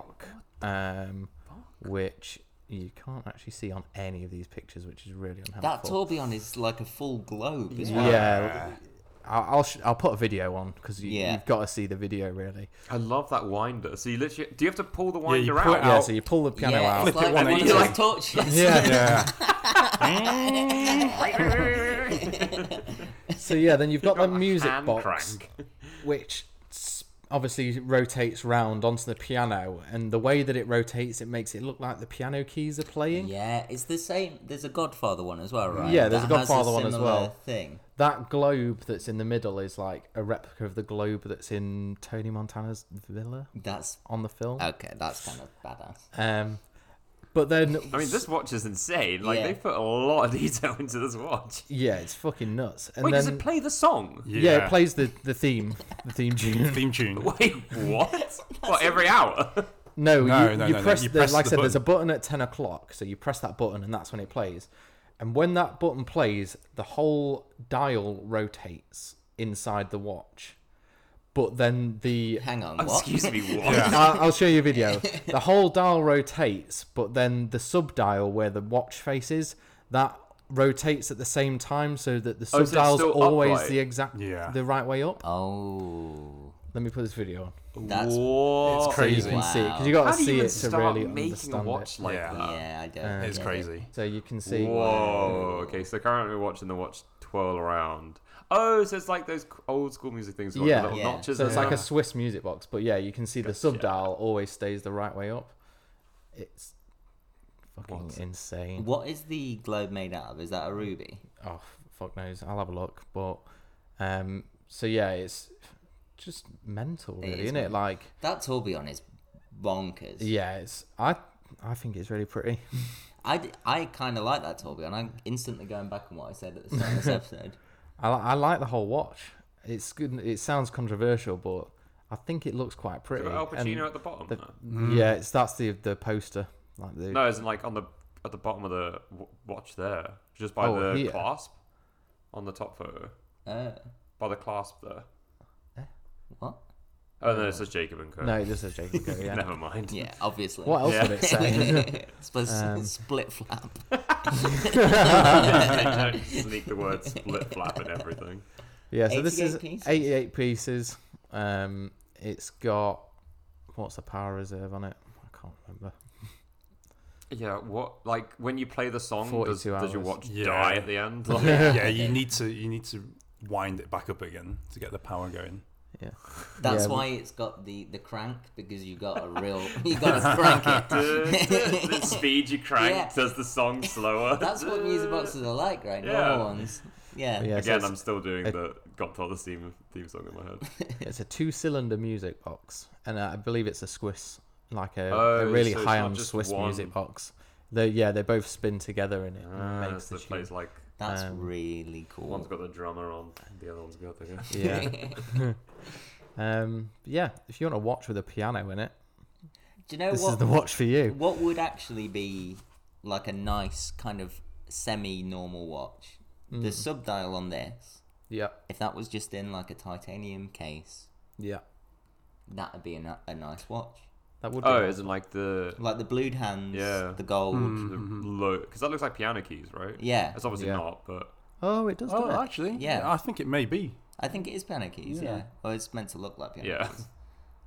that's when it plays. And when that button plays, the whole dial rotates inside the watch. But then the. Hang on, what? Excuse me, what? I'll, I'll show you a video. The whole dial rotates, but then the sub dial where the watch face is, that rotates at the same time so Oh, that the so sub it's dial's still always upright. the exact Yeah. the right way up. Oh, Let me put this video on. that's Whoa. It's crazy. So you can see it Wow. because you got How to do you see even it to start really making a understand watch it. like Yeah. that? yeah, I don't. Uh, get It's it. crazy. So you can see. Whoa. Okay, so currently we're watching the watch twirl around. Oh, so it's like those old school music things. with, like, Yeah. the little Yeah. notches. So it's and like a stuff. Swiss music box, but yeah, you can see the sub dial always stays the right way up. It's fucking insane. What is the globe made out of? Is that a ruby? Oh fuck knows. I'll have a look, but um, so yeah, it's just mental, really, is isn't it? weird. Like, That tourbillon is bonkers. yeah, it's I I think it's really pretty. I, d- I kind of like that tourbillon. I'm instantly going back on what I said at the start of this episode. I li- I like the whole watch. It's good. It sounds controversial, but I think it looks quite Is pretty. it got Al and Pacino at the bottom. the- though? Yeah, it's that's the the poster, like the No, isn't like on the at the bottom of the w- watch there, just by Oh, the here. clasp on the top photo, Uh, by the clasp there. what? Oh no, it says Jacob and Co. no, it does say Jacob Go. Yeah. Never mind. Yeah, obviously. What else would it say? Spl- Um, split flap. Don't Sneak the word split flap and everything. yeah, so this is 88 pieces. 88 pieces. Um, it's got what's the power reserve on it? I can't remember. Yeah, what like when you play the song, does, 42 does your hours. watch Yeah. die at the end? Like, yeah, you need to you need to wind it back up again to get the power going. Yeah, That's Yeah, we- why it's got the, the crank because you got a real you got to crank it. the speed you crank Yeah. does the song slower. That's what music boxes are like, right? Yeah. Normal ones. Yeah. yeah. so Again, it's- I'm still doing it- the Godfather theme theme song in my head. It's a two-cylinder music box, and I believe it's a Swiss, like a, a Oh, really so it's not high-end just Swiss one. music box. They yeah, they both spin together in it. and Ah, makes so the it plays tune. like That's Um, really one's cool. got the drummer on, the other one's got the. yeah. um, but yeah, if you want to watch with a piano in it, Do you know this is what? the watch for you. What would actually be like a nice kind of semi-normal watch? Hmm. The subdial on this, Yeah, if that was just in like a titanium case, yeah, that would be a, ni- a nice watch. that would. Be Oh, nice. isn't like the Like the blued hands, Yeah. the gold. Hmm. low because that looks like piano keys, right? Yeah, It's obviously Mm-hmm. Yeah. not, but oh, it does. Oh, doesn't it? actually, Yeah. I think it may be. I think it is piano keys. Yeah, Yeah. well, it's meant to look like piano. yeah, keys.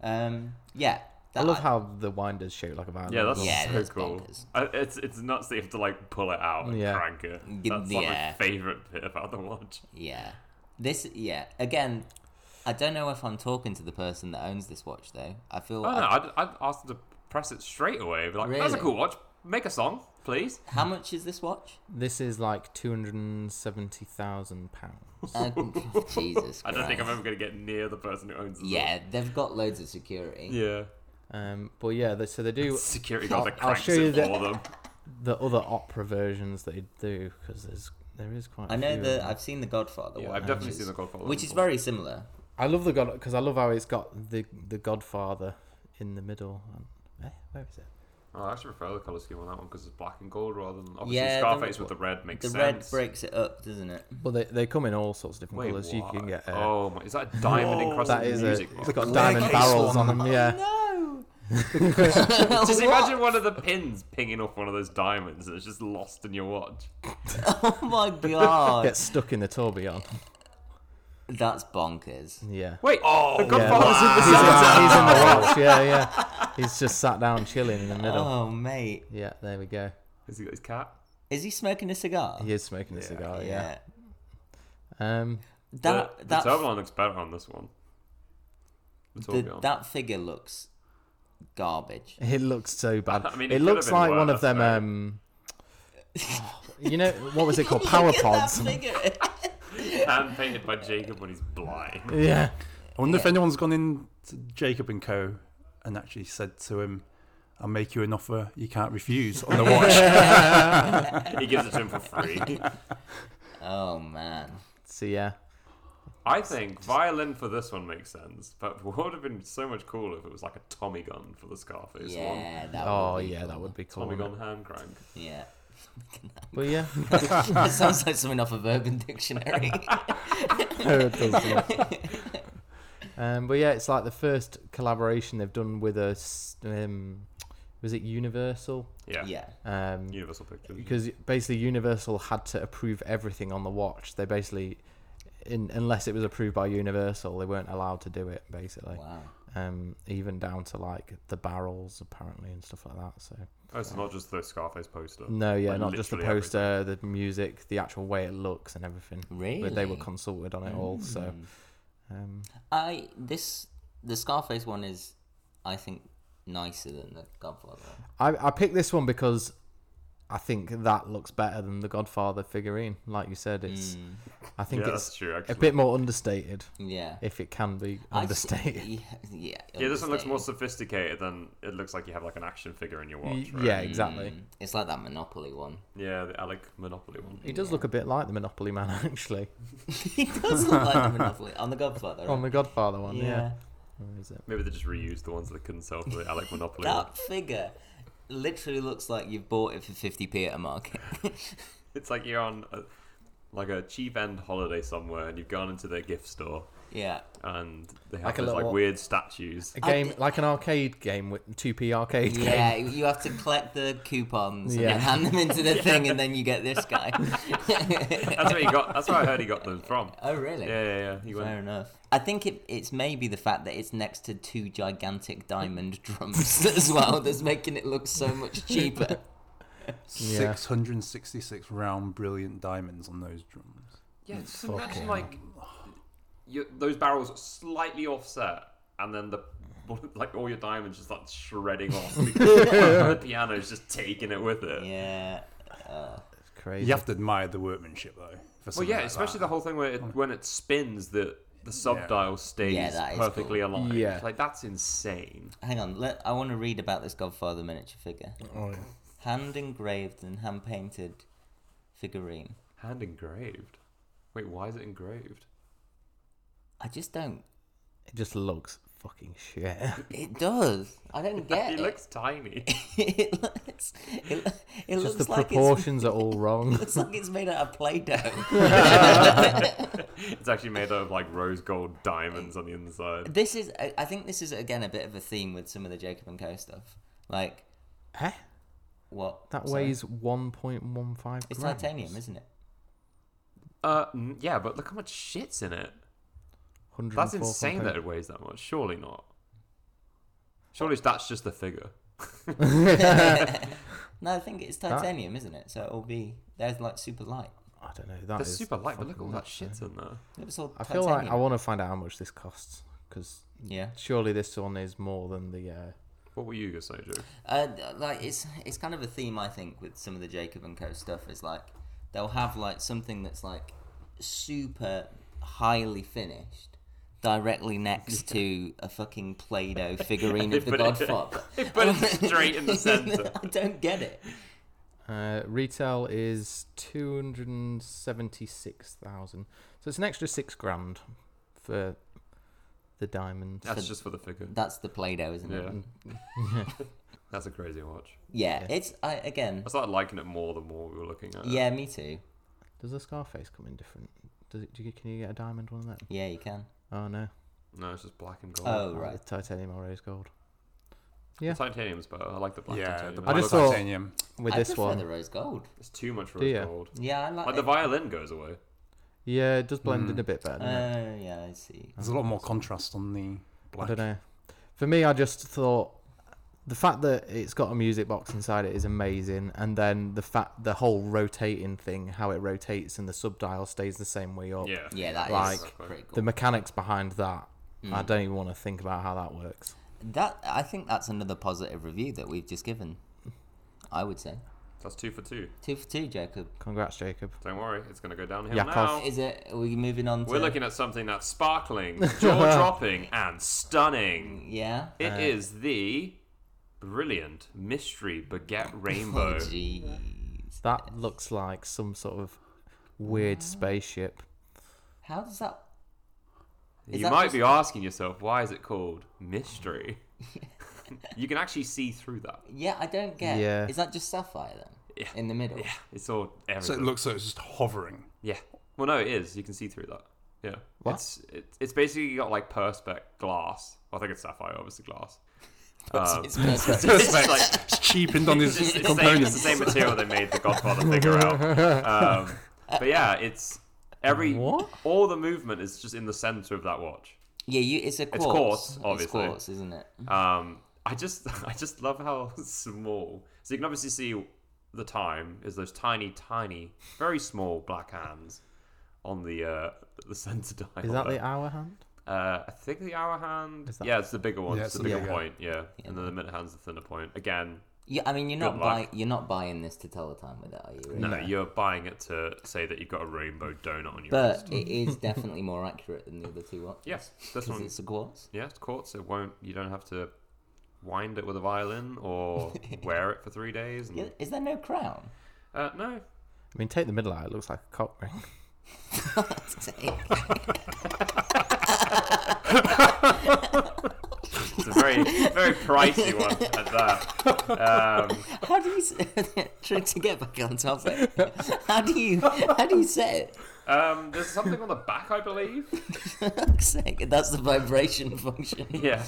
Um, yeah. I that- love how the winder's shaped like a violin. yeah, that's Yeah, so that's cool. bonkers. I, it's it's nuts that you have to like pull it out and Yeah. crank it. Give- That's like my yeah. favorite bit about the watch. Yeah. This, yeah. Again, I don't know if I'm talking to the person that owns this watch, though. I feel. I don't I- know. I'd, I'd ask them to press it straight away. Be like, that's a Really? cool watch. Make a song, please. how much is this watch? This is like two hundred and seventy thousand pounds. Uh, Jesus Christ. I don't think I'm ever gonna get near the person who owns. the Yeah, they've got loads of security. Yeah. Um, but yeah, they, so they do Security guard I'll- that I'll cranks show you it the- for them. the other opera versions that they do because there's there is quite. I a know few that of them. I've seen the Godfather Yeah, one, I've definitely which seen is- the Godfather which one is before. very similar. I love the God because I love how it's got the the Godfather in the middle. And, eh, where is it? Oh, I actually prefer the color scheme on that one because it's black and gold rather than obviously Yeah, the- Scarface with the red makes The red sense. breaks it up, doesn't it? Well, they, they come in all sorts of different Wait, colours. You can what? get a, oh my! Is that a diamond encrusted that is a, music? it's box? got Glass diamond case barrels one. on them. Yeah, No. Just imagine one of the pins pinging off one of those diamonds and it's just lost in your watch. Oh my god, get stuck in the tourbillon. that's bonkers. Yeah. Wait, oh, the Yeah, Godfather's in the he's, in, center. he's in the watch. Yeah, yeah. He's just sat down chilling in the middle. Oh mate, Yeah, there we go. Has he got his cat? is he smoking a cigar? He is smoking a cigar. Yeah. Um. That the, the that turbine looks better on this one. The the- tourbillon. that figure looks garbage. It looks so bad. I mean, it it could looks have been like one worse, of them. though. Um, you know what was it called? Power Look at that pods. figure. Hand painted by Jacob when he's blind. Yeah. I wonder if anyone's gone in to Jacob and Co. and actually said to him, "I'll make you an offer you can't refuse on the watch." He gives it to him for free. oh man. So yeah, I think violin for this one makes sense, but what would have been so much cooler if it was like a Tommy gun for the Scarface one. Yeah, that Oh would be yeah, cool. that would be cool. Tommy wouldn't gun hand crank. be. Yeah. it? But yeah, that sounds like something off of Urban Dictionary. it does, yeah. um, but yeah, it's like the first collaboration they've done with a s- um, was it Universal? Yeah. yeah. Um, Universal Pictures. because basically Universal had to approve everything on the watch. They basically, in, unless it was approved by Universal, they weren't allowed to do it. Basically, Wow. um, even down to like the barrels apparently and stuff like that. So Oh, so not just the Scarface poster. no, yeah, Like, not just the literally poster, the music, the actual way it looks, and everything. But Really? they were Hmm. Mm. consulted on it all. So um, I this the Scarface one is, I think, nicer than the Godfather one. I, I picked this one because I think that looks better than the Godfather figurine. Like you said, Mm. it's I think Yeah, that's it's true. a Actually, bit more understated. Hmm. Yeah. if it can be I'd s- understated. Yeah. Yeah. yeah, this one looks understated. more sophisticated than it looks like you have like an action figure in your watch. Right? Yeah, exactly. Mm, It's like that Monopoly one. Yeah, the Alec Monopoly one. He does look a bit like the Monopoly Man, actually, he does look like the Monopoly on the Godfather. on the right? Godfather one. Yeah. yeah. Where is it? Maybe they just reused the ones that couldn't sell for the Alec Monopoly. one. That figure literally looks like you've bought it for 50p at a market. It's like you're on a, like a cheap end holiday somewhere, and you've gone into their gift store, yeah. and they have Like a those like little- weird statues. A I game thi- like an arcade game with two P arcade game. Yeah, you have to collect the coupons and Yeah. then hand them into the thing, and then you get this guy. That's where he got. That's where I heard he got them from. oh, really? Yeah, yeah, yeah. He Fair went. enough. I think it, it's maybe the fact that it's next to two gigantic diamond drums as well that's making it look so much cheaper. Yeah. 666 round brilliant diamonds on those drums. Yeah, just Fucking imagine like you, those barrels slightly offset, and then the like all your diamonds just like shredding off because the piano is just taking it with it. yeah. Uh, It's crazy. You have to admire the workmanship though. for Well, something yeah, like especially the that. whole thing where it, when it spins, the the subdial stays Yeah, that is perfectly aligned. Yeah. like that's insane. hang on, let, I want to read about this Godfather miniature figure. Oh, yeah. Hand engraved and hand painted figurine. Hand engraved. Wait, why is it engraved? I just don't. It just looks fucking shit. It does. I don't get It it. looks tiny. it looks. It, lo- it just the looks like it's. proportions are all wrong. Looks like it's made out of Play-Doh. it's actually made out of like rose gold diamonds on the inside. this is. I I think this is again a bit of a theme with some of the Jacob and Co stuff. Like Huh? what? That Sorry. weighs 1.15 grams. It's titanium, isn't it? Uh, n- yeah, but look how much shit's in it. That's 104 insane that it weighs that much. Surely not. Surely that's just the figure. No, I think it's titanium, is isn't it? So it'll be there's like super light. I don't know. That That's is super light, but look at all fucking that nuts, shit's in there. It was all I feel titanium. like I want to find out how much this costs because yeah. surely this one is more than the. Uh, What were you gonna say, Joe? Uh, th- like it's it's kind of a theme I think with some of the Jacob and Co stuff is like they'll have like something that's like super highly finished directly next to a fucking Play-Doh figurine of the But it- Godfather. But it's straight in the center. I don't get it. Uh, retail is two hundred and seventy-six thousand, so it's an extra six grand for the diamond. That's just for the figure. That's the Play-Doh, isn't Yeah. it? That's a crazy watch. Yeah, it's I again. I started liking it more the more we were looking at it. Yeah, me too. Does the Scarface come in different? Does it, do you, can you get a diamond one of that? Yeah, you can. Oh no, No, it's just black and gold. Oh Oh, right. it's titanium or rose gold. yeah. Titanium's better. I like the black yeah, titanium. the I black black just just thought thought- titanium. With I this prefer one, the rose gold. it's too much Do rose you? gold. Yeah, I like, Like the it. violin goes away. yeah, it does blend in a bit better. Oh doesn't it? yeah, I see. There's a lot more contrast on the I black. don't know. For me, I just thought the fact that it's got a music box inside it is amazing, and then the fact the whole rotating thing, how it rotates and the subdial stays the same way up. Yeah. Yeah, that is Like, pretty cool. the mechanics behind that i Hmm. don't even want to think about how that works That I think that's another positive review that we've just given. I would say That's two for two. two for two, Jacob. congrats jacob Don't worry, it's gonna go downhill Yakov. now. Is it? Are we moving on? To, We're looking at something that's sparkling, jaw dropping, and stunning. Yeah. It is the brilliant mystery baguette Oh rainbow. jeez. that looks like some sort of weird spaceship How does that? Is you that might just- be asking yourself, why is it called mystery? you can actually see through that. Yeah, I don't get. Yeah. Is that just sapphire then? Yeah. In the middle. Yeah, it's all So everything. it looks so it's just hovering. yeah. Well, no, it is. You can see through that. Yeah. What? It's it, it's basically got like perspex glass. Well, I think it's sapphire, obviously glass. Um, It's perfect. it's just like It's cheapened on it's, his just- it's the same, it's components. the same material they made the Godfather figure out. Um, but yeah, it's every What? all the movement is just in the center of that watch. yeah, you. It's a quartz. quartz, obviously. It's quartz, isn't it? Um, I just I just love how small. So you can obviously see the time is those tiny, tiny, very small black hands on the uh, the center dial. Is that there. the hour hand? Uh, I think the hour hand. Is that- Yeah, it's the bigger one. Yeah, it's it's the the bigger bigger- point. Yeah. and then the minute hand's the thinner point. Again, Yeah, I mean, you're not Good luck. buying. You're not buying this to tell the time with it, are you? Really? no, you're buying it to say that you've got a rainbow donut on your wrist. But it is definitely more accurate than the other two watches. Yes, this Because one. it's a quartz. Yeah, it's quartz. It won't. You don't have to wind it with a violin or wear it for three days. And, Yeah, Is there no crown? uh, no, I mean, take the middle out. It looks like a cock ring. it's a very very pricey one at that. Um, How do you s- try to get back on topic? How do you how do you set it? um, there's something on the back, I believe. Fuck's sake, That's the vibration function. Yeah,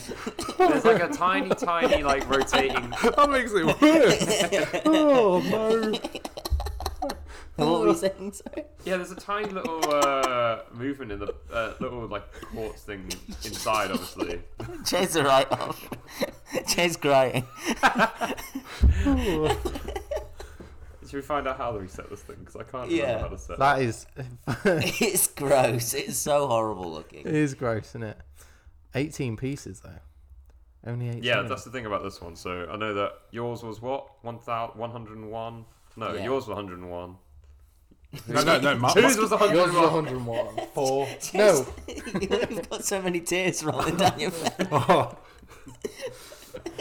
there's like a tiny, tiny like rotating. that makes it worse. oh no! What were you saying? Sorry. Yeah, there's a tiny little uh, movement in the uh, little like quartz thing inside, obviously. Jay's a write off. Jay's crying. Should we find out how to reset this thing? Because I can't Yeah. remember how to set. it. That is, it It's gross. It's so horrible looking. is gross, isn't it? 18 pieces though. Only 18. Hmm. Yeah, that's the thing about this one. So I know that yours was what one thousand one hundred and one. No, Yeah. yours was one hundred and one. No, no, no. My, Whose was one hundred and one? 101. Four. No. You've got so many tears rolling down your face. oh.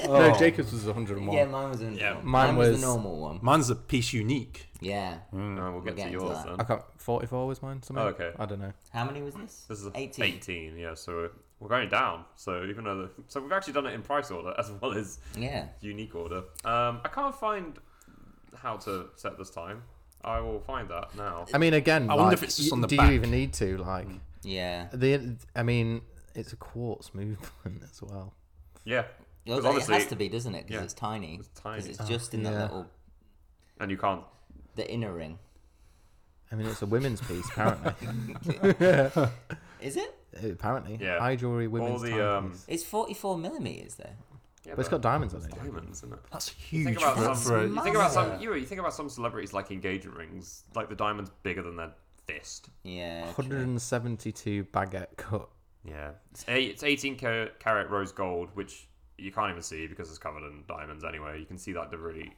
No, Jacobs was 101. Yeah, mine was a Yeah. mine, Mine was, was- the normal one. Mine's a piece unique. Yeah. No, we'll get to getting to yours that. then. I can't. 44 was mine. Something. Oh, okay. I don't know. How many was this? This is 18. 18. yeah. So we're, we're going down. So even though, the, so we've actually done it in price order as well as Yeah. unique order. Um, I can't find how to set this time. I will find that now. I mean, again, I wonder like, if it's y- just on the do back. you even need to? Like, Yeah. the. I mean, it's a quartz movement as well. Yeah, Well, 'Cause it has obviously- to be, doesn't it? Because yeah, it's tiny. it's tiny. 'Cause it's just in that yeah. little and you can't. the inner ring. I mean, it's a women's piece, apparently. Uh, Is it? apparently. Yeah. Eye jewelry, women's the, um, timepiece. It's 44 millimeters though. Yeah, But it's got diamonds on it. diamonds in it. That's You Think huge. about for, some. for You think about some. You, you think about some celebrities like engagement rings. Like the diamond's bigger than their fist. Yeah. true. 172 baguette cut. Yeah, it's, eight, it's 18 ca- carat rose gold, which you can't even see because it's covered in diamonds anyway. You can see like the really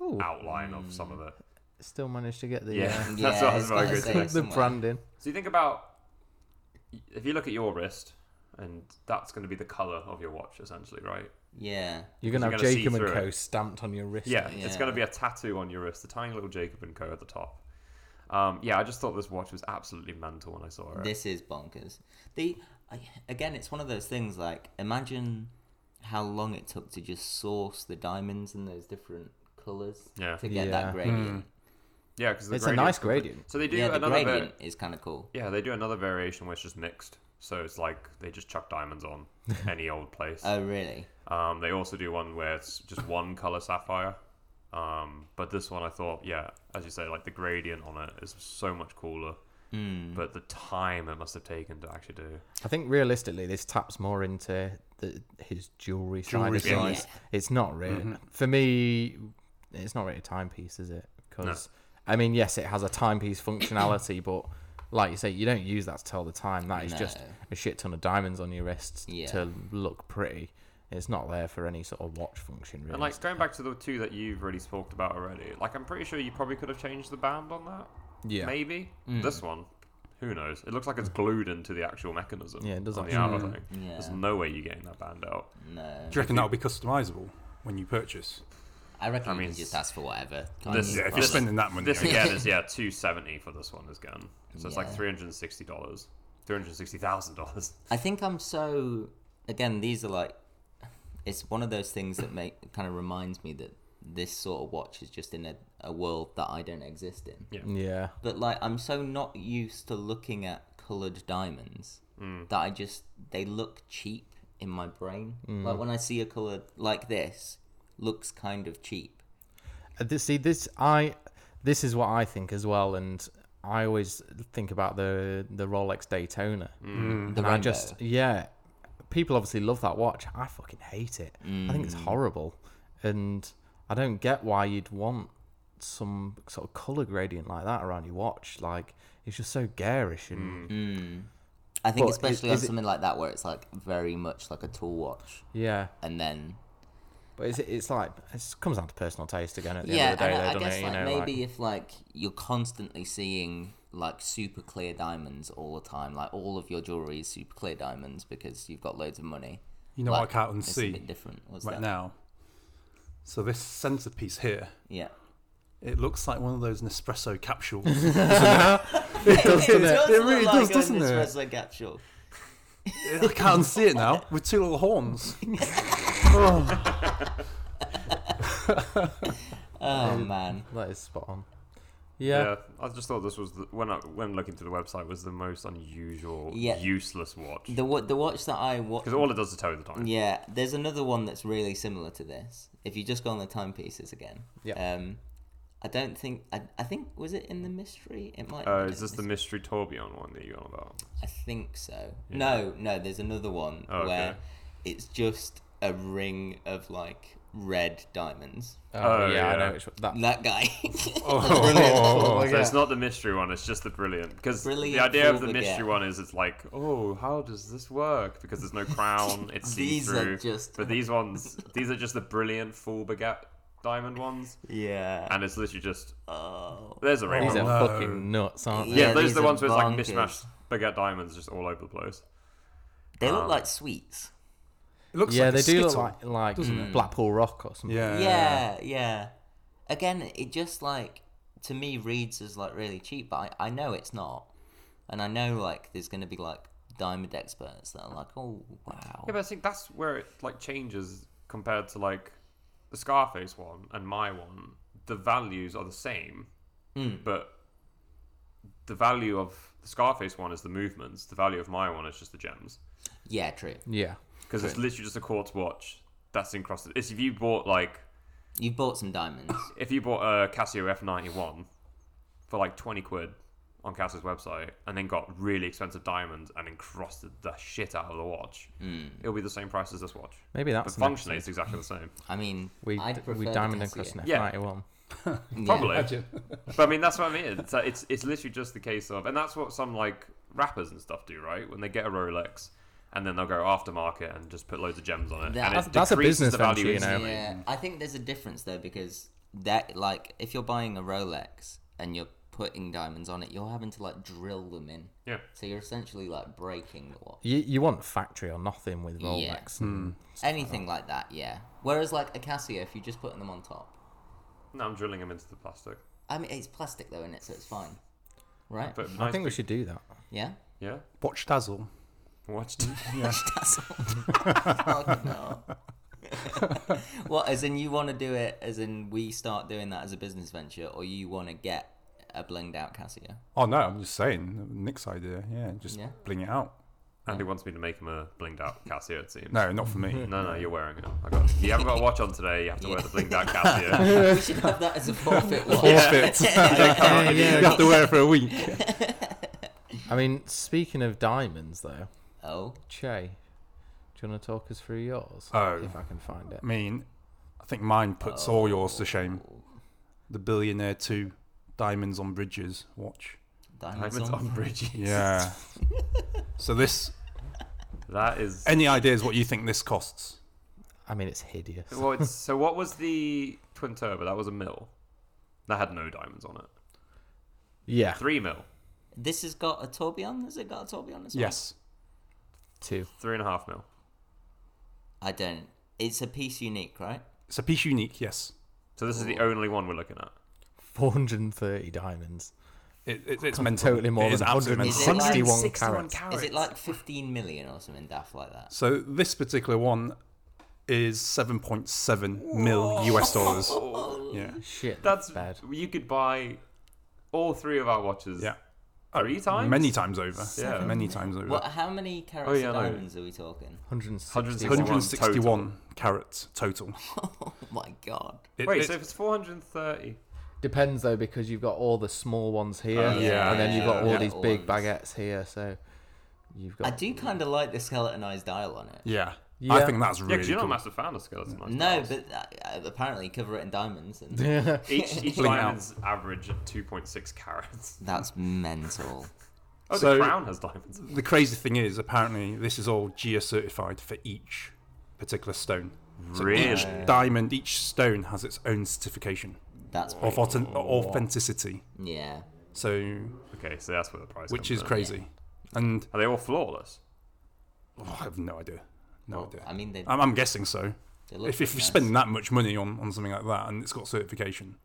Oh, outline of some of it. still managed to get the Yeah, uh, that's Yeah, what I it's was very gotta good say. to. the somewhere. branding. So you think about if you look at your wrist, and that's going to be the color of your watch, essentially, right? Yeah. You're gonna You're have gonna see Jacob and through Co it. stamped on your wrist. Yeah, it's Yeah. going to be a tattoo on your wrist, a tiny little Jacob and Co at the top. Um, yeah, I just thought this watch was absolutely mental when I saw it. This is bonkers. The I, again, it's one of those things. Like, imagine how long it took to just source the diamonds and those different colors Yeah. Hmm. to get Yeah. that gradient. yeah, because It's a nice gradient. So they do yeah, the another. var- gradient is kind of cool. yeah, they do another variation where it's just mixed. So it's like they just chuck diamonds on any old place. Uh, Oh, really? Um, they also do one where it's just one color sapphire. Um, but this one, I thought, yeah, as you say, like the gradient on it is so much cooler. Hmm. But the time it must have taken to actually do. I think realistically, this taps more into the, his jewelry side. Jewelry of things. side. It's not really for me. It's not really a timepiece, is it? Because I mean, yes, it has a timepiece functionality, but like you say, you don't use that to tell the time. That is just No. a shit ton of diamonds on your wrist Yeah. to look pretty. It's not there for any sort of watch function, really. And like going back to the two that you've already talked about already, like I'm pretty sure you probably could have changed the band on that. yeah, Maybe Hmm. this one, who knows? It looks like it's glued into the actual mechanism. Yeah, it does on the actually. outer thing. Yeah. There's no way you're getting that band out. No. Do you reckon that'll be customizable when you purchase? I reckon I you mean, can just ask for whatever. can't this- you? Yeah, if you're spending that money, This on it. again is yeah two seventy for this one is gone, so it's like Yeah. three hundred and sixty dollars. Three hundred sixty thousand dollars. I think I'm so. Again, these are like. It's one of those things that make kind of reminds me that this sort of watch is just in a, a world that I don't exist in. Yeah. Yeah. But like, I'm so not used to looking at coloured diamonds Mm. that I just they look cheap in my brain. Mm. Like when I see a colour like this, looks kind of cheap. Uh, This, see, this I, this is what I think as well, and I always think about the the Rolex Daytona. The and I rainbow. just yeah, people obviously love that watch. I fucking hate it. I think it's Mm. horrible, and I don't get why you'd want some sort of color gradient like that around your watch. Like it's just so garish and Mm. I think But is- especially is on it- something like that where it's like very much like a tool watch, yeah. and then But it's, it's like it comes down to personal taste again. At the yeah, end of the day, and though, I, I doesn't guess it? like you know, maybe if like you're constantly seeing like super clear diamonds all the time, like all of your jewelry is super clear diamonds because you've got loads of money. You know like, what I can't It's a unsee bit different. What's right that? now. So this centerpiece here, Yeah, it looks like one of those Nespresso capsules. it does, doesn't does it? It look really like does, a doesn't it? Nespresso capsule. I can't see it now with two little horns. Oh man. That is spot on. Yeah. Yeah, I just thought this was the, when I when looking through the website was the most unusual, Yeah. useless watch The wa- the watch that I watched. because all it does is tell you the time. Yeah, there's another one that's really similar to this. If you just go on the timepieces again. Yeah. Um, I don't think I, I think was it in the mystery? It might. Uh, have been is in this the mystery Torbjorn one that you're on about? I think so. Yeah. No, no. There's another one Oh, okay. where it's just a ring of like red diamonds. Oh, I yeah. know which one- That that. guy. Oh, so it's not the mystery one; it's just the brilliant. Because the Brilliant idea of full the mystery baguette. one is it's like, oh, how does this work? Because there's no crown; it's see These are through. just- But these ones, these are just the brilliant full baguette diamond ones, yeah. and it's literally just Oh. there's a ring. These one. are no. fucking nuts, aren't they? yeah, Yeah, those these are the are ones where it's like bonkers. mismatched baguette diamonds just all over the place. They look Um, like sweets. It looks Yeah, like they a do look Skittle. like like Blackpool Rock or something. Yeah. yeah, yeah. Again, it just like to me reads as like really cheap, but I, I know it's not, and I know like there's gonna be like diamond experts that are like, oh wow, Yeah, but I think that's where it like changes compared to like the Scarface one and my one. The values are the same, but the value of the Scarface one is the movements. The value of my one is just the gems yeah, true. Yeah. because it's literally just a quartz watch that's encrusted. It's if you bought like You bought some diamonds. if you bought a Casio F ninety one for like twenty quid on Casio's website and then got really expensive diamonds and encrusted the shit out of the watch, it'll be the same price as this watch. Maybe But that's the next functionally, it's exactly the same. I mean, We I'd we prefer the diamond Casio. and cross Yeah. ninety one. Yeah. Probably. but I mean, that's what I mean. It's, like- it's it's literally just the case of, and that's what some like rappers and stuff do, right? When they get a Rolex, and then they'll go aftermarket and just put loads of gems on it, That- and it That's a decreases business the value. venture, you know. instantly. Yeah, I think there's a difference though because that like if you're buying a Rolex and you're putting diamonds on it, you're having to like drill them in. Yeah. So you're essentially like breaking the watch. You you want factory or nothing with Yeah. Rolex. Mm. and- Hmm. Anything like that, yeah. Whereas like a Casio, if you're just putting them on top, No, I'm drilling them into the plastic. I mean, it's plastic though, in it, so it's fine, right? But I think we should do that. yeah. Yeah. Watch Dazzle. Watch. That's all. Oh, what? As in, you want to do it? As in, we start doing that as a business venture, or you want to get a blinged out Casio? Oh no, I'm just saying Nick's idea. Yeah, just Yeah. bling it out. Andy wants me to make him a blinged out Casio. It seems. No, not for me. No, no, you're wearing it. I got. You haven't got a watch on today. You have to wear the blinged out Casio. We should have that as a forfeit watch. Forfeit. Yeah, you have to wear it for a week. I mean, speaking of diamonds, though, Oh, Che, do you want to talk us through yours? Oh. if I can find it. I mean, I think mine puts all yours to shame. Oh. The billionaire two diamonds on bridges watch. diamonds, Diamonds on. on bridges. Yeah. so this, That is. any ideas what you think this costs? I mean, it's hideous. Well, it's, so what was the twin turbo? That was a mill. That had no diamonds on it. Yeah, Three mil. This has got a tourbillon. Has it got a tourbillon as well? Yes. two. Three and a half mil. I don't. It's a piece unique, right? It's a piece unique. Yes. So this is the only one we're looking at. Four hundred and thirty diamonds. It, it, it's mental. Totally more It is than absolutely mental. 160 161 carats. Is it like 15 million or something daft like that? So this particular one is 7.7 mil US dollars. Oh, Yeah. Shit, that's that's bad. You could buy all three of our watches. Yeah. Three Oh, times? Many times over. Yeah. Many times over. What? How many carats Oh, yeah, of no. diamonds are we talking? 161. 100 161 carats total. Oh my god! It- Wait, it- so if it's 430. Depends though, because you've got all the small ones here, Oh, yeah, and then you've got yeah, all yeah. these Little big ones. baguettes here. So you've got. I do kind of like the skeletonized dial on it. yeah. I Yeah. think that's Yeah, really because you're not cool. a massive fan of skeleton Knights. No, but uh, apparently cover it in diamonds, and Each, each Blink out. diamond's average at 2.6 carats. that's mental. Oh, So- the crown has diamonds. The crazy thing is, apparently, this is all geo certified for each particular stone. So each Really? diamond, each stone has its own certification That's pretty, of authen- authenticity. yeah. So, Okay, so that's where the price which comes is in. crazy. And Are they all flawless? oh, I have no idea. No idea. I mean, they, I'm, I'm guessing so. they look um, If, pretty if you're nice. spending that much money on, on something like that and it's got certification.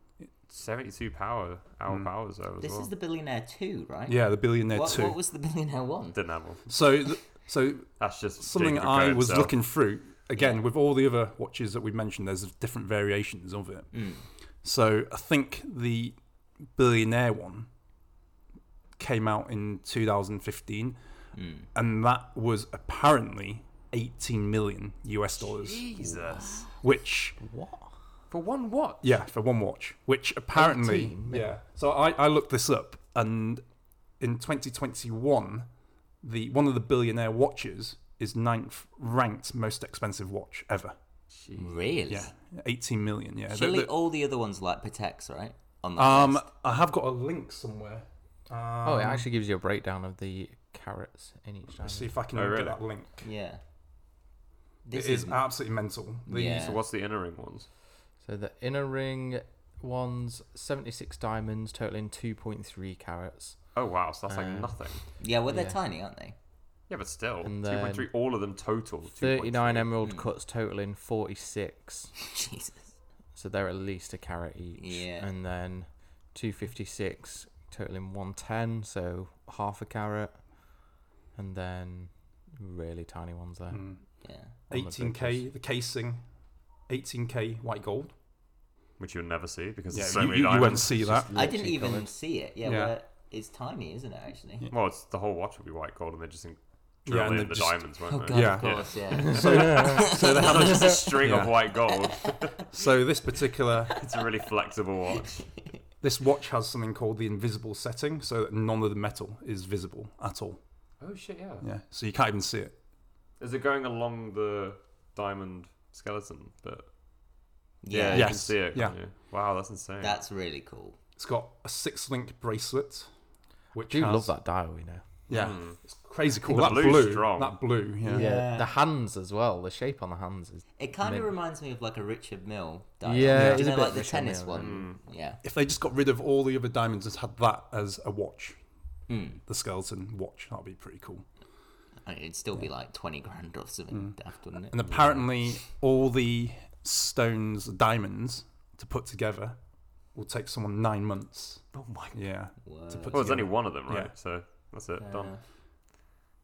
72 power, hour powers though as this well. is the billionaire two, right? Yeah, the billionaire What, too. what was the billionaire one? Didn't have one. so, th- so That's just something Jacob I Cohen was himself. looking through again with all the other watches that we mentioned. There's different variations of it. So I think the billionaire one came out in 2015, and that was apparently 18 million US dollars, Jesus. which what? For one watch? yeah, for one watch, which apparently 18 million. yeah. So I, I looked this up, and in 2021, the one of the billionaire watches is ninth ranked most expensive watch ever. Really? Yeah, 18 million. Yeah. The- Surely the- all the other ones like Patek's, right? On that um, list. I have got a link somewhere. Um, Oh, it actually gives you a breakdown of the carrots in each diamond. let's see if I can Oh, get really? that link. Yeah. It is absolutely mental. The- Yeah. So what's the inner ring ones? So the inner ring ones, 76 diamonds totaling 2.3 carats. Oh wow, so that's like Uh, nothing. Yeah, well, they're Yeah. tiny, aren't they? Yeah, but still, and two point three. All of them total. 39 Hmm. emerald cuts totaling 46. Jesus. So they're at least a carat each. Yeah. And then 256 totaling 110, so half a carat. And then really tiny ones there. Mm. Oh Yeah. On the 18k the casing, 18k white gold. which you'll never see because Yeah, there's so you, many you, you won't diamonds. see that. I didn't Literally even covered. see it. Yeah, Yeah. Well, it's tiny, isn't it, actually? Well, it's the whole watch will be white gold, and they just in- Yeah, drill and in they've the just- diamonds, won't Oh, they? God, Yeah. of course, yeah. So they have That's just a string Yeah. of white gold. So this particular It's a really flexible watch. this watch has something called the invisible setting, so that none of the metal is visible at all. Oh shit, yeah. Yeah, so you can't even see it. Is it going along the diamond skeleton? But yeah, yeah. you can Yes. see it. can't Yeah. you? Wow, that's insane. That's really cool. It's got a six-link bracelet, which Do you has- love that dial, you know? Yeah, Mm. it's crazy cool. The That blue's blue, strong. that blue. Yeah. Yeah. The hands as well, the shape on the hands is. It kind of Mint. reminds me of like a Richard Mill diamond. Yeah, it you is a know, bit like the Richard tennis Mille, one. Yeah. If they just got rid of all the other diamonds and had that as a watch, Mm. the skeleton watch, that'd be pretty cool. And it'd still be like 20 grand or something daft, wouldn't it? And apparently, all the stones, diamonds to put together will take someone nine months. oh my. Yeah. Whoa. to put- Well, there's only Yeah. one of them, right? Yeah. So that's it. Fair Done. enough.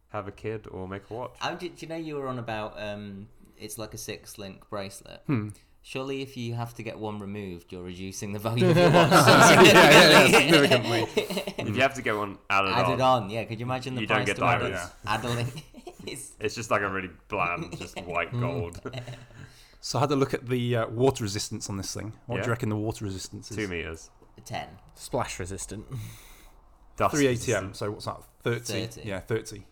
Have a kid or make a watch. How did do you know you were on about? Um, it's like a six link bracelet. Surely, if you have to get one removed, you're reducing the value of your watch. yeah, yeah, yeah, significantly. If you have to get one added, Added on, on, yeah. Could you imagine the You don't price get to add, diamonds. a- add a link? It's- it's just like a really bland, just white Hmm. gold, So I had a look at the uh, water resistance on this thing. What do Yeah. you reckon the water resistance is? two meters. ten. Splash resistant. Dust 3 resistant. ATM. So what's that? 30. 30. Yeah, 30.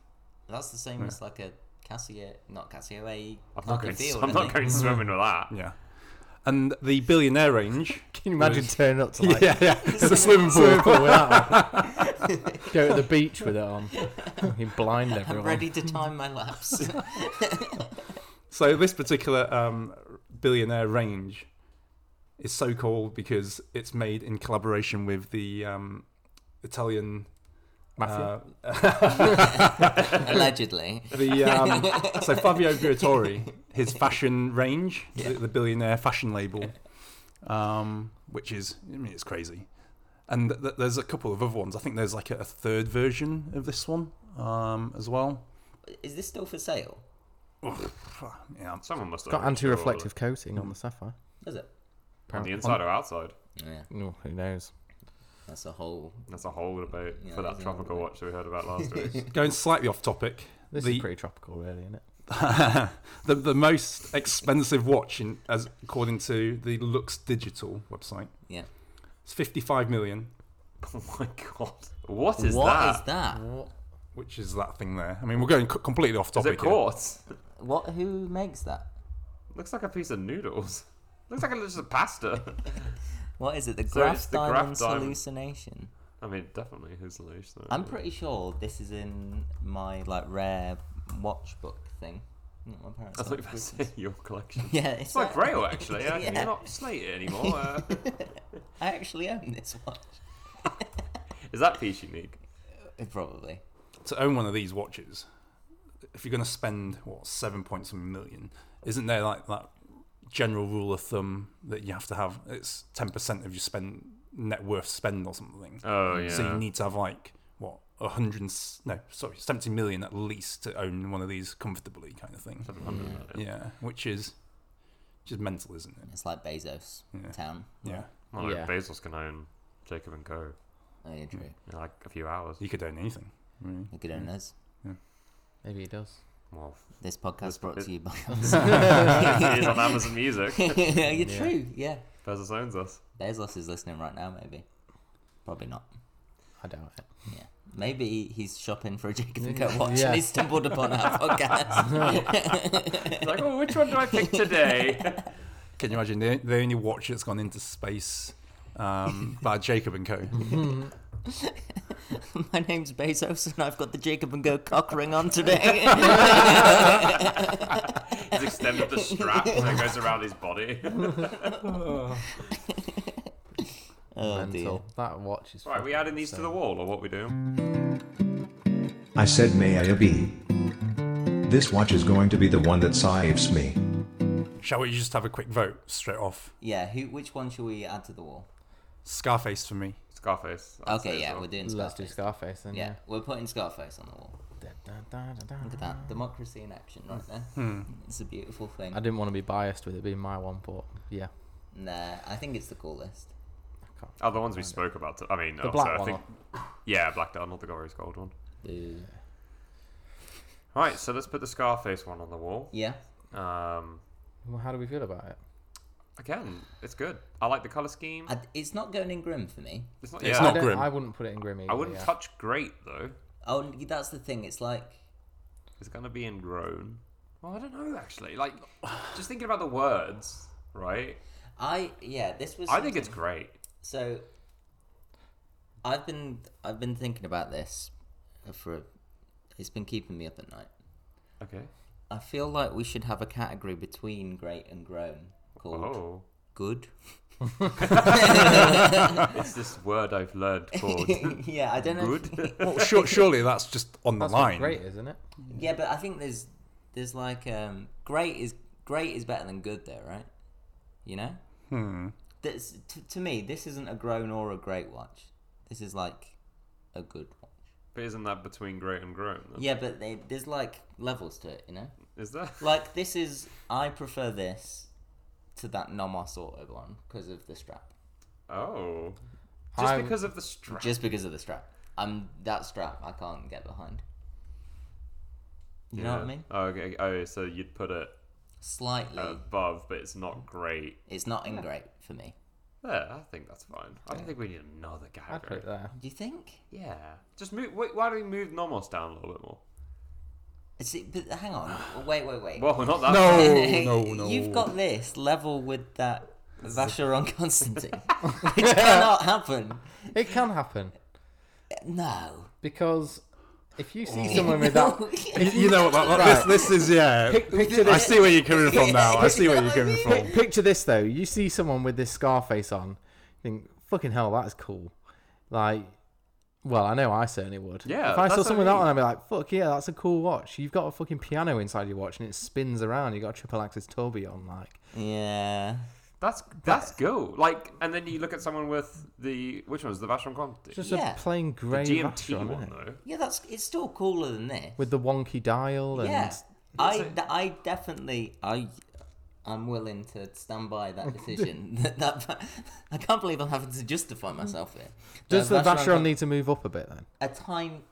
That's the same as like a Casio, not Casio, a I'm not, Copperfield, going, isn't I'm it? not going swimming with that. Yeah. And the billionaire range. Can you imagine turning up to like yeah, yeah. The swimming pool. Go with that on. Go to the beach with it on. You blind I'm everyone. ready to time my laps. So this particular um, billionaire range is so cool because it's made in collaboration with the um, Italian. Mafia? uh, Allegedly. the um, so Fabio Briatore, his fashion range, the, the billionaire fashion label, um, which is I mean it's crazy. And th- th- there's a couple of other ones. I think there's like a, a third version of this one um, as well. Is this still for sale? Ugh, yeah, Someone must have got overkill anti-reflective coating on the sapphire. Is it? on the inside or outside. Yeah, Oh, who knows? that's a whole. That's a whole debate Yeah, for that there's a tropical whole watch that we heard about last week. going slightly off topic. This the, is pretty tropical, really, isn't it? the the most expensive watch, in, as according to the Lux Digital website, Yeah. it's 55 million, oh my god, what What is is that? that? which is that thing there. I mean, we're going c- completely off Is topic. it here. quartz? What? Who makes that? Looks like a piece of noodles. Looks like a just a pasta. What is it? The So it's Graf the Graf Diamonds diamond. hallucination. I mean, definitely hallucination. I'm pretty sure this is in my like rare watch book thing. Not my parents. I thought you have. were saying your collection. yeah, it's, It's like that- Grail, actually. Yeah, Yeah. You're not slate it anymore. Uh, I actually own this watch. is that piece unique? Probably. To own one of these watches, if you're going to spend what seven point something million, isn't there like that general rule of thumb that you have to have? It's 10 percent of your spend net worth spend or something. Oh yeah. So you need to have like what a hundred and s- no, sorry, seventy million at least to own one of these comfortably, kind of thing. 700 Yeah. million. Yeah, which is just mental, isn't it? It's like Bezos Yeah. town. Yeah, Well, like Yeah. Bezos can own Jacob and Co. Oh, yeah, true. in like a few hours. you could own anything. Really. You could own us. Maybe he does. Well, This podcast brought it- to you by us. it is on Amazon Music. yeah, you're Yeah. true. Yeah. Bezos owns us. Bezos is listening right now, maybe. Probably not. I doubt it. Yeah. Maybe he's shopping for a Jacob and Yeah. Co. watch Yeah. and he stumbled upon our podcast. It's like, oh, which one do I pick today? Can you imagine the, the only watch that's gone into space um, by Jacob and Co. Hmm. My name's Bezos and I've got the Jacob and Go cock ring on today. He's extended the strap so it goes around his body. oh, Mental. That watch is. Right, we fucking adding these to the insane. wall, or what we doing? I said, may I be? This watch is going to be the one that saves me. Shall we just have a quick vote straight off? Yeah, who, which one should we add to the wall? Scarface for me. Scarface. I'd say Okay, as yeah, well. we're doing Let's do Scarface. Scarface then. Yeah, Yeah. we're putting Scarface on the wall. Look at that. Democracy in action right there. It's a beautiful thing. I didn't want to be biased with it being my one, but yeah. Nah, I think it's the coolest. I can't. Oh, the ones we spoke about. I mean, The also, black I one. think, yeah, Black Down, not the glorious gold one. Boo. Right, so let's put the Scarface one on the wall. Yeah. Um, Well, how do we feel about it? again, it's good. I like the color scheme. I, it's not going in grim for me. It's not. It's yeah, I, not don't- grim. I wouldn't put it in grim. Either, I wouldn't yeah. touch great though. Oh, n- that's the thing. It's like It's gonna be in grown. Well, I don't know actually. Like, just thinking about the words, right? I yeah. This was. I think it's great. So I've been I've been thinking about this for it's been keeping me up at night. Okay. I feel like we should have a category between great and grown called Oh, good. it's this word I've learned called yeah, I don't know. if- good. Well, sure, surely that's just on the That's line. what great, is, isn't it? yeah, but I think there's there's like um great is great is better than good though, right? You know? Hmm. This to, to me this isn't a grown or a great watch. This is like a good watch. but isn't that between great and grown? then? Yeah, but they, there's like levels to it, you know? Is that? Like this is I prefer this to that Nomos Auto one because of the strap. Oh. Just I'm- because of the strap. Just because of the strap. I'm that strap I can't get behind. You know what I Yeah. mean? Oh, okay. Oh, so you'd put it Slightly. Um, above, but it's not great. it's not in great for me. There, I think that's fine. I don't think we need another I'd put category. it there. Do you think? Yeah. Just move. Wait, why don't we move Nomos down a little bit more? It's, but hang on. Wait, wait, wait. Well, not that. No, no, no. You've got this level with that Vacheron Constantine. Which cannot happen. It can happen No. because if you see someone with that, You- You know what? That, Right. This, this is yeah. picture I this. see where you're coming from now. I see where you're coming from. Picture this though: you see someone with this Scarface on, you think, "Fucking hell, that is cool." Like, well, I know I certainly would. Yeah, If I that's saw what I someone with that mean. one, I'd be like, "Fuck yeah, that's a cool watch." You've got a fucking piano inside your watch, and it spins around. You have got a triple axis tourbillon. Like, Yeah. That's that's cool. Like, and then you look at someone with the which one was the Vacheron Conti? It's just Yeah. a plain the grey GMT Vacheron, one isn't it? though. Yeah, that's it's still cooler than this. with the wonky dial and yeah, I, That's it. th- I definitely I I'm willing to stand by that decision. that, that I can't believe I'm having to justify myself here. does Uh, the Vacheron got need to move up a bit then? a time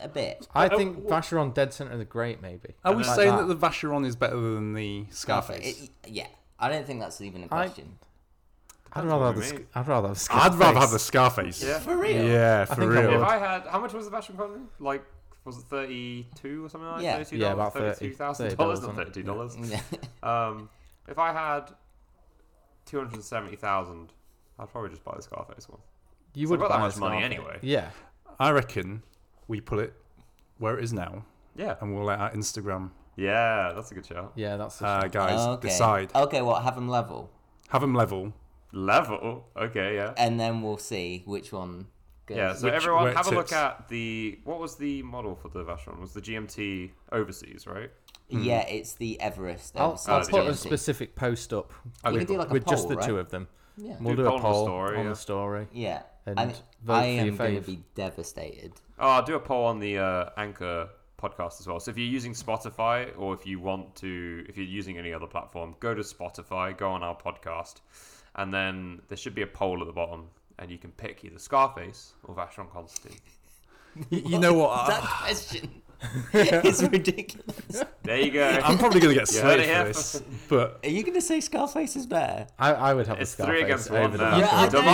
a bit? I Uh, Oh, think oh. Vacheron dead center of the great maybe. Are we Like saying that. the Vacheron is better than the Scarface? It- yeah, I don't think that's even a I- question. I'd Depends rather what have you a sc- mean. I'd rather have a I'd rather have the Scarface. Scarface. Yeah. For real? Yeah, for think I real. If I had, how much was the Vacheron Conti? Like, was it thirty-two or something like Yeah. that? $32? Yeah, about thirty-two 30 thousand dollars, $30, not wasn't it? thirty-two dollars. Yeah. Um, if I had two hundred seventy thousand, I'd probably just buy the Scarface one. You So I've would got buy that a much money Scarface. anyway. Yeah, I reckon we put it where it is now, Yeah, and we'll let our Instagram yeah, that's a good shout. yeah, that's a uh, guys okay. decide. Okay, well, have them level, Have them level. Level, okay, yeah. and then we'll see which one. Goes. Yeah, so Which- everyone where it have a look tips. at the what was the model for the Vacheron? Was the GMT overseas, right? Yeah, it's the Everest. I'll, Everest I'll Oh, put yeah. a GMT. specific post up We can do like a with poll, just the right? two of them. Yeah. We'll Do do, a poll a poll, on the story, on yeah. the story. Yeah, And I, vote I for your am going to fave. be devastated. Oh, I'll do a poll on the uh, Anchor podcast as well. So if you're using Spotify or if you want to, if you're using any other platform, go to Spotify, go on our podcast, and then there should be a poll at the bottom, and you can pick either Scarface or Vacheron Constantine. You, you know what? that I, question is ridiculous. There you go. am probably going to get You heard slated it for here this, but Are you going to say Scarface is better? I, I would have It's a Scarface three against over one the now. Yeah, I don't know.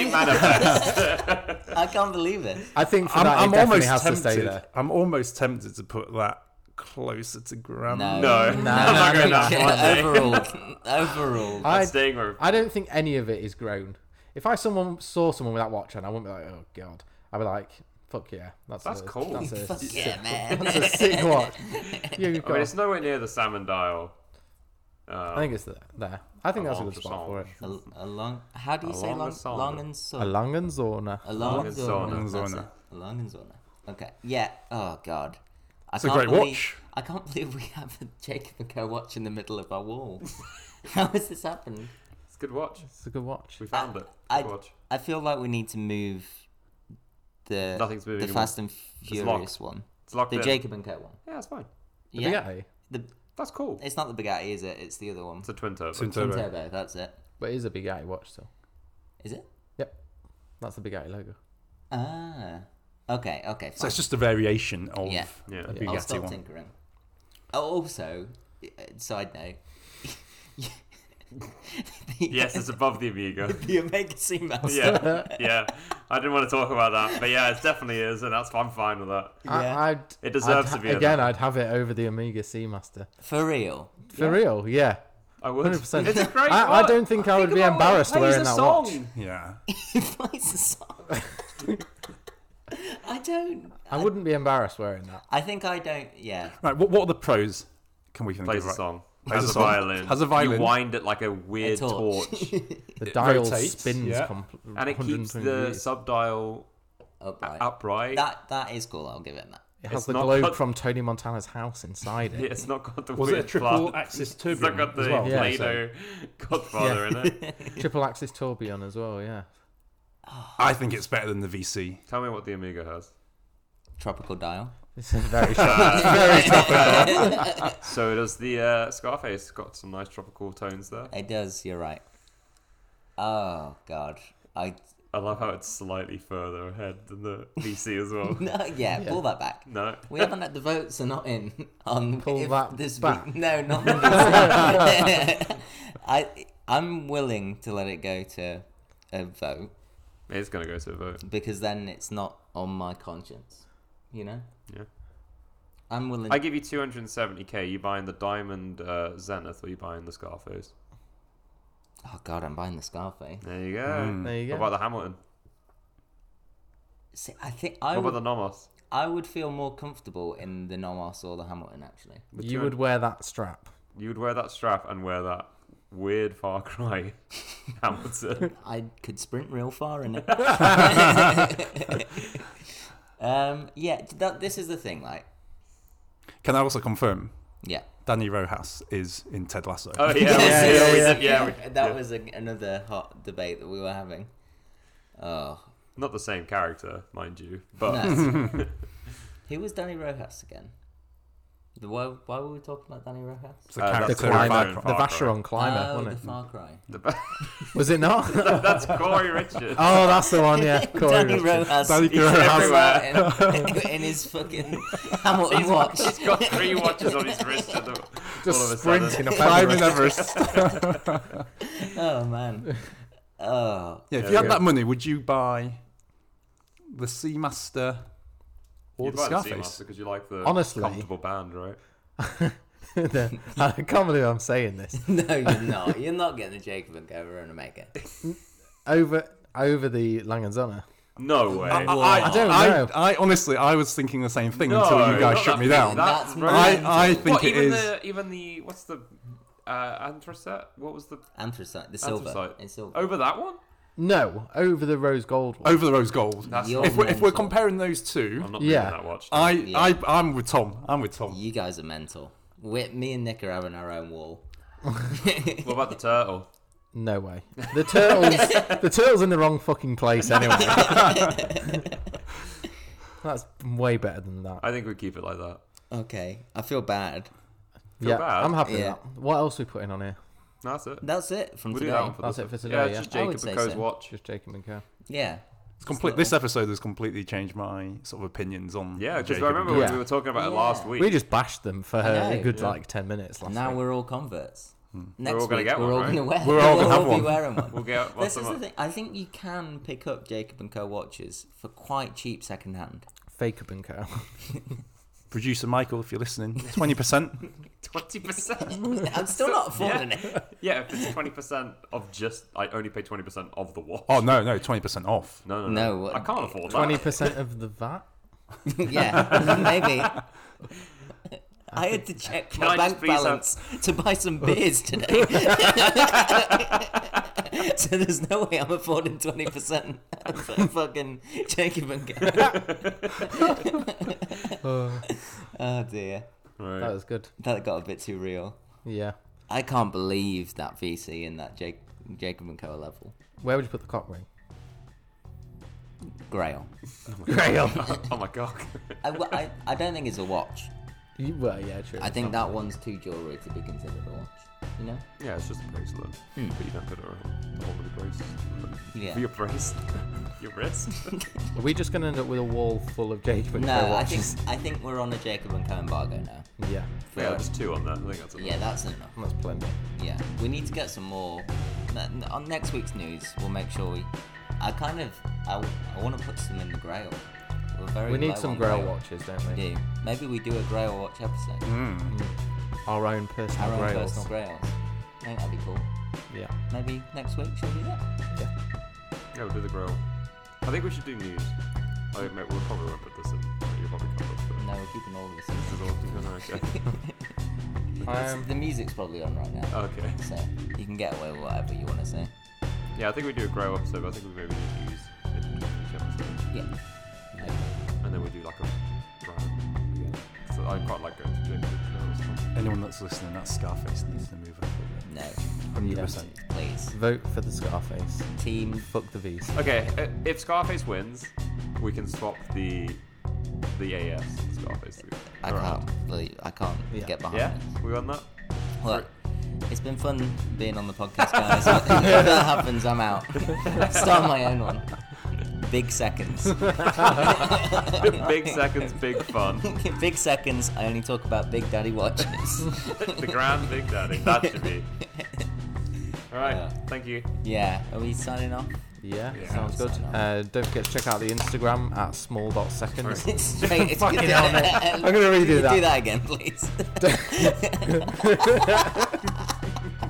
I- manifest. I can't believe it. I think for I'm, that it I'm definitely almost has tempted. to stay there. I'm almost tempted to put that closer to Graham. No. No, I'm not no, going no, that far. overall, overall. I, I'm staying where I don't think any of it is grown. If I someone saw someone with that watch on, I wouldn't be like, oh god. I'd be like, fuck yeah, that's That's a, cool. That's a, Fuck sick, yeah, man. that's a sick watch. Yeah, you've I mean, got. it's nowhere near the salmon dial. Um, I think it's there. there. I think that's a good Alonso spot for it. A, a long, how do you say Along long, and Sonder. long and A so? long and Zorna. A long Along and and zona. Sonder. that's Sonder. it. A long and zona. Okay. Yeah. Oh god. I It's a can't great believe, watch. I can't believe we have a Jacob and Co watch in the middle of our wall. How has this happened? it's a good watch. It's a good watch. We found it. Good I- watch. I feel like we need to move the Nothing's moving the anymore. Fast and Furious one, It's locked the in. Jacob and Co one. Yeah, it's fine. Yeah, Bugatti, the That's cool. it's not the Bugatti, is it? It's the other one. It's a twin turbo. Twin Twin turbo. turbo. That's it. but it is a Bugatti watch still. Is it? Yep, that's the Bugatti logo. Ah. Okay. Okay. Fine. So it's just a variation of Yeah. Yeah. a I'll Bugatti stop one. tinkering. Oh, also, uh, side note. the, Yes, it's above the Amiga. the Omega Seamaster. yeah, yeah. I didn't want to talk about that, but yeah, it definitely is, and that's I'm fine with that. Yeah. I, I'd, It deserves to I'd ha- be in again. there. I'd have it over the Amiga Seamaster For real. for real. Yeah, I would. hundred percent. It's a great I, I watch. don't think I would about be when it embarrassed plays wearing a that song. watch. Yeah. He plays a song. I don't. I wouldn't be embarrassed wearing that. I think I don't. Yeah. Right. What, what are the pros? Can we think Plays of, a right? song. Plays has a a song. violin. Has a violin. You wind it like a weird torch. torch, The dial rotates, spins yeah. compl- and it keeps 120 the degrees. subdial Upright. upright. Oh, That that is cool. I'll give it that. It has it's the not globe cut- from Tony Montana's house inside it. Yeah, it's not got the Was it weird a triple plant. axis It's not turbine got the as well? Yeah. Play-Doh Godfather in it. Triple axis tourbillon as well. Yeah. I think it's better than the VC. Tell me what the Amiga has. Tropical dial. It's a very sharp. So does the uh, Scarface got some nice tropical tones there? It does. You're right. Oh God. I I love how it's slightly further ahead than the VC as well. no. Yeah. Pull that back. no. We haven't had the votes are not in on Pull if that this back. week. No, not on this week. I I'm willing to let it go to a vote It's gonna go to a vote. because then it's not on my conscience. You know? Yeah. I'm willing I give you 270k. You buying the diamond uh, Zenith or you buying the Scarface? Oh god, I'm buying the Scarface. There you go. There you What go. about the Hamilton? See, I think I what would, about the Nomos? I would feel more comfortable in the Nomos or the Hamilton actually. The you 200 would wear that strap. you would wear that strap and wear that weird Far Cry Hamilton. I could sprint real far in it. um, yeah, that, this is the thing. Like, Can I also confirm yeah, Danny Rojas is in Ted Lasso. Oh yeah, yeah, yeah, yeah, we did, yeah, we- that yeah. was a, another hot debate that we were having. Oh, Not the same character, mind you, but no. who was Danny Rojas again? The why, why were we talking about Danny Rojas? It's a Uh, character. The that's in- Far climber, Cry. the Vacheron climber, oh, the wasn't it? Far Cry. the, Was it not? that's Corey Richards. oh, that's the one. Yeah, Corey Danny Richards. Rojas. Danny He's Rojas. everywhere in, in his fucking Hamilton He's, watch. he's got three watches on his wrist at the, all of a Just sudden. sprinting up Climbing Everest. Everest. Oh man. Oh, Yeah, if Yeah, you had yeah. that money, would you buy the Seamaster or You'd the like the Scarface? Seamaster because you like the Honestly. comfortable band, right? The- I can't believe I'm saying this. no, you're not. You're not getting a Jacob and over and Omega. Over over the Langenzana. No way. I, I don't I, know. I honestly, I was thinking the same thing No, until you guys not shut me that- down. That's That's very- right. I, I think what, it even is. the even the what's the uh, anthracite? What was the Anthracite, the silver. anthracite? It's silver. Over that one? No, over the rose gold Oh. one. Over the Rose Gold. That's You're not, If we're, if we're mental. comparing those two, I'm not Yeah. reading that watch. I, Yeah. I, I'm with Tom. I'm with Tom. You guys are mental. We, me and Nick are having our own wall. What about the turtle? No way. The turtles. the turtles in the wrong fucking place anyway. That's way better than that. I think we keep it like that. okay, I feel bad. feel yeah, bad. I'm happy Yeah. with that. What else we put in on here? That's it. That's it from We'll do today. that one for That's this one. it for today, Yeah, yeah. it's just I would Jacob say Co's so. watch. Just Jacob and Co. yeah. It's complete, this episode has completely changed my sort of opinions on. Yeah, because Jacob I and remember Cook. when Yeah. we were talking about it Yeah. last week. We just bashed them for I know, a good yeah. like ten minutes last Now week. we're all converts. Next all gonna week, get we're one, all right? gonna wear. We're all we'll gonna have be one. wearing one. We'll get one this is the somewhere. thing. I think you can pick up Jacob and Co watches for quite cheap secondhand. Facob and Co. Producer Michael, if you're listening, 20%. twenty percent. I'm still not affording it. Yeah, if it's twenty percent of just, I only pay twenty percent of the watch. oh, no, no, 20% off. No, no, No, no. what- I can't afford that. Twenty percent of the VAT. yeah, maybe. I had to check my I just bank please have- balance to buy some beers today. so there's no way I'm affording 20% for fucking Jacob and Go. oh dear. Right. That was good. That got a bit too real. Yeah. I can't believe that VC and that Jake, Jacob and Co level. Where would you put the cock ring? Grail. Grail. oh my god. I, w- I- I don't think it's a watch. You- well, yeah, true. I think that one's too jewelry to be considered a watch. You know? yeah, it's just a bracelet, but you don't put it around over the brace. Hmm. Yeah. For your brace, your wrist. Are we just gonna end up with a wall full of Jacob and Co No, I think watches? I think we're on a Jacob and Co embargo now. Yeah, yeah, there's two on there. I think that's enough. Yeah, that's enough. that's plenty. Yeah, we need to get some more. n- n- On next week's news, we'll make sure we. I kind of I, want to put some in the Grail. We're very We low need some on Grail watches, don't We we? do. Maybe we do a Grail watch episode. Mm, Hmm. Our own personal Our own Grails. personal Grails. I think that'd be cool. Yeah. Maybe next week she'll do that. Yeah, we'll do the grill. I think we should do news. I mean, we'll probably won't put this in. You probably can't put No, we're keeping all of this. this. in. is all- okay. Um, It's- the music's probably on right now, okay. so you can get away with whatever you want to say. Yeah, I think we do a grow episode, but I think we maybe do news in each episode. Yeah. Okay. And then we do like a round again. So I quite like going to James Bond. Anyone that's listening, that Scarface needs to move up. No, 100%. please. Vote for the Scarface. Team Fuck the V's. Okay, i- if Scarface wins, we can swap the the AS to Scarface. I can't believe I can't Yeah. get behind Yeah, it. we won that. Look, it's been fun being on the podcast, guys. if that happens, I'm out. Start my own one. Big seconds. big seconds, big fun. big seconds. I only talk about Big Daddy watches. the grand big daddy. That should be. All right. Yeah. Thank you. yeah. Are we signing off? Yeah, Yeah, sounds good. sign up. Uh, don't forget to check out the Instagram at small.seconds. It's straight. It's Fucking hell, mate. I'm gonna redo do that. that again, please.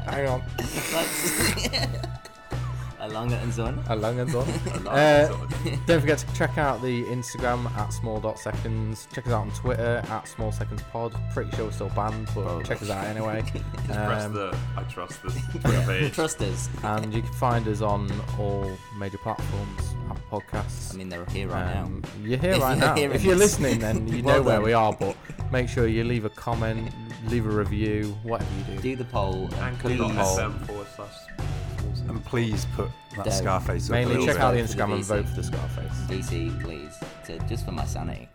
Hang on. Alanga and Zona. A long and on. That's Uh, all it is. Don't forget to check out the Instagram at small.seconds. Check us out on Twitter at small seconds pod. Pretty sure we're still banned, but check us out anyway. Press Um, the I trust this Twitter page. Trust us. and you can find us on all major platforms, Apple Podcasts. I mean, they're here right Um, now. You're here If right you're now. hearing If you're this. listening, then you Well know where done. we are. But make sure you leave a comment, leave a review, whatever you do. Do the poll. and please- Anchor.fm forward slash. And please put that Don't. Scarface up a Mainly little check bit. out the bit. Instagram and Easy. vote for the Scarface. DC, please, to, just for my sanity.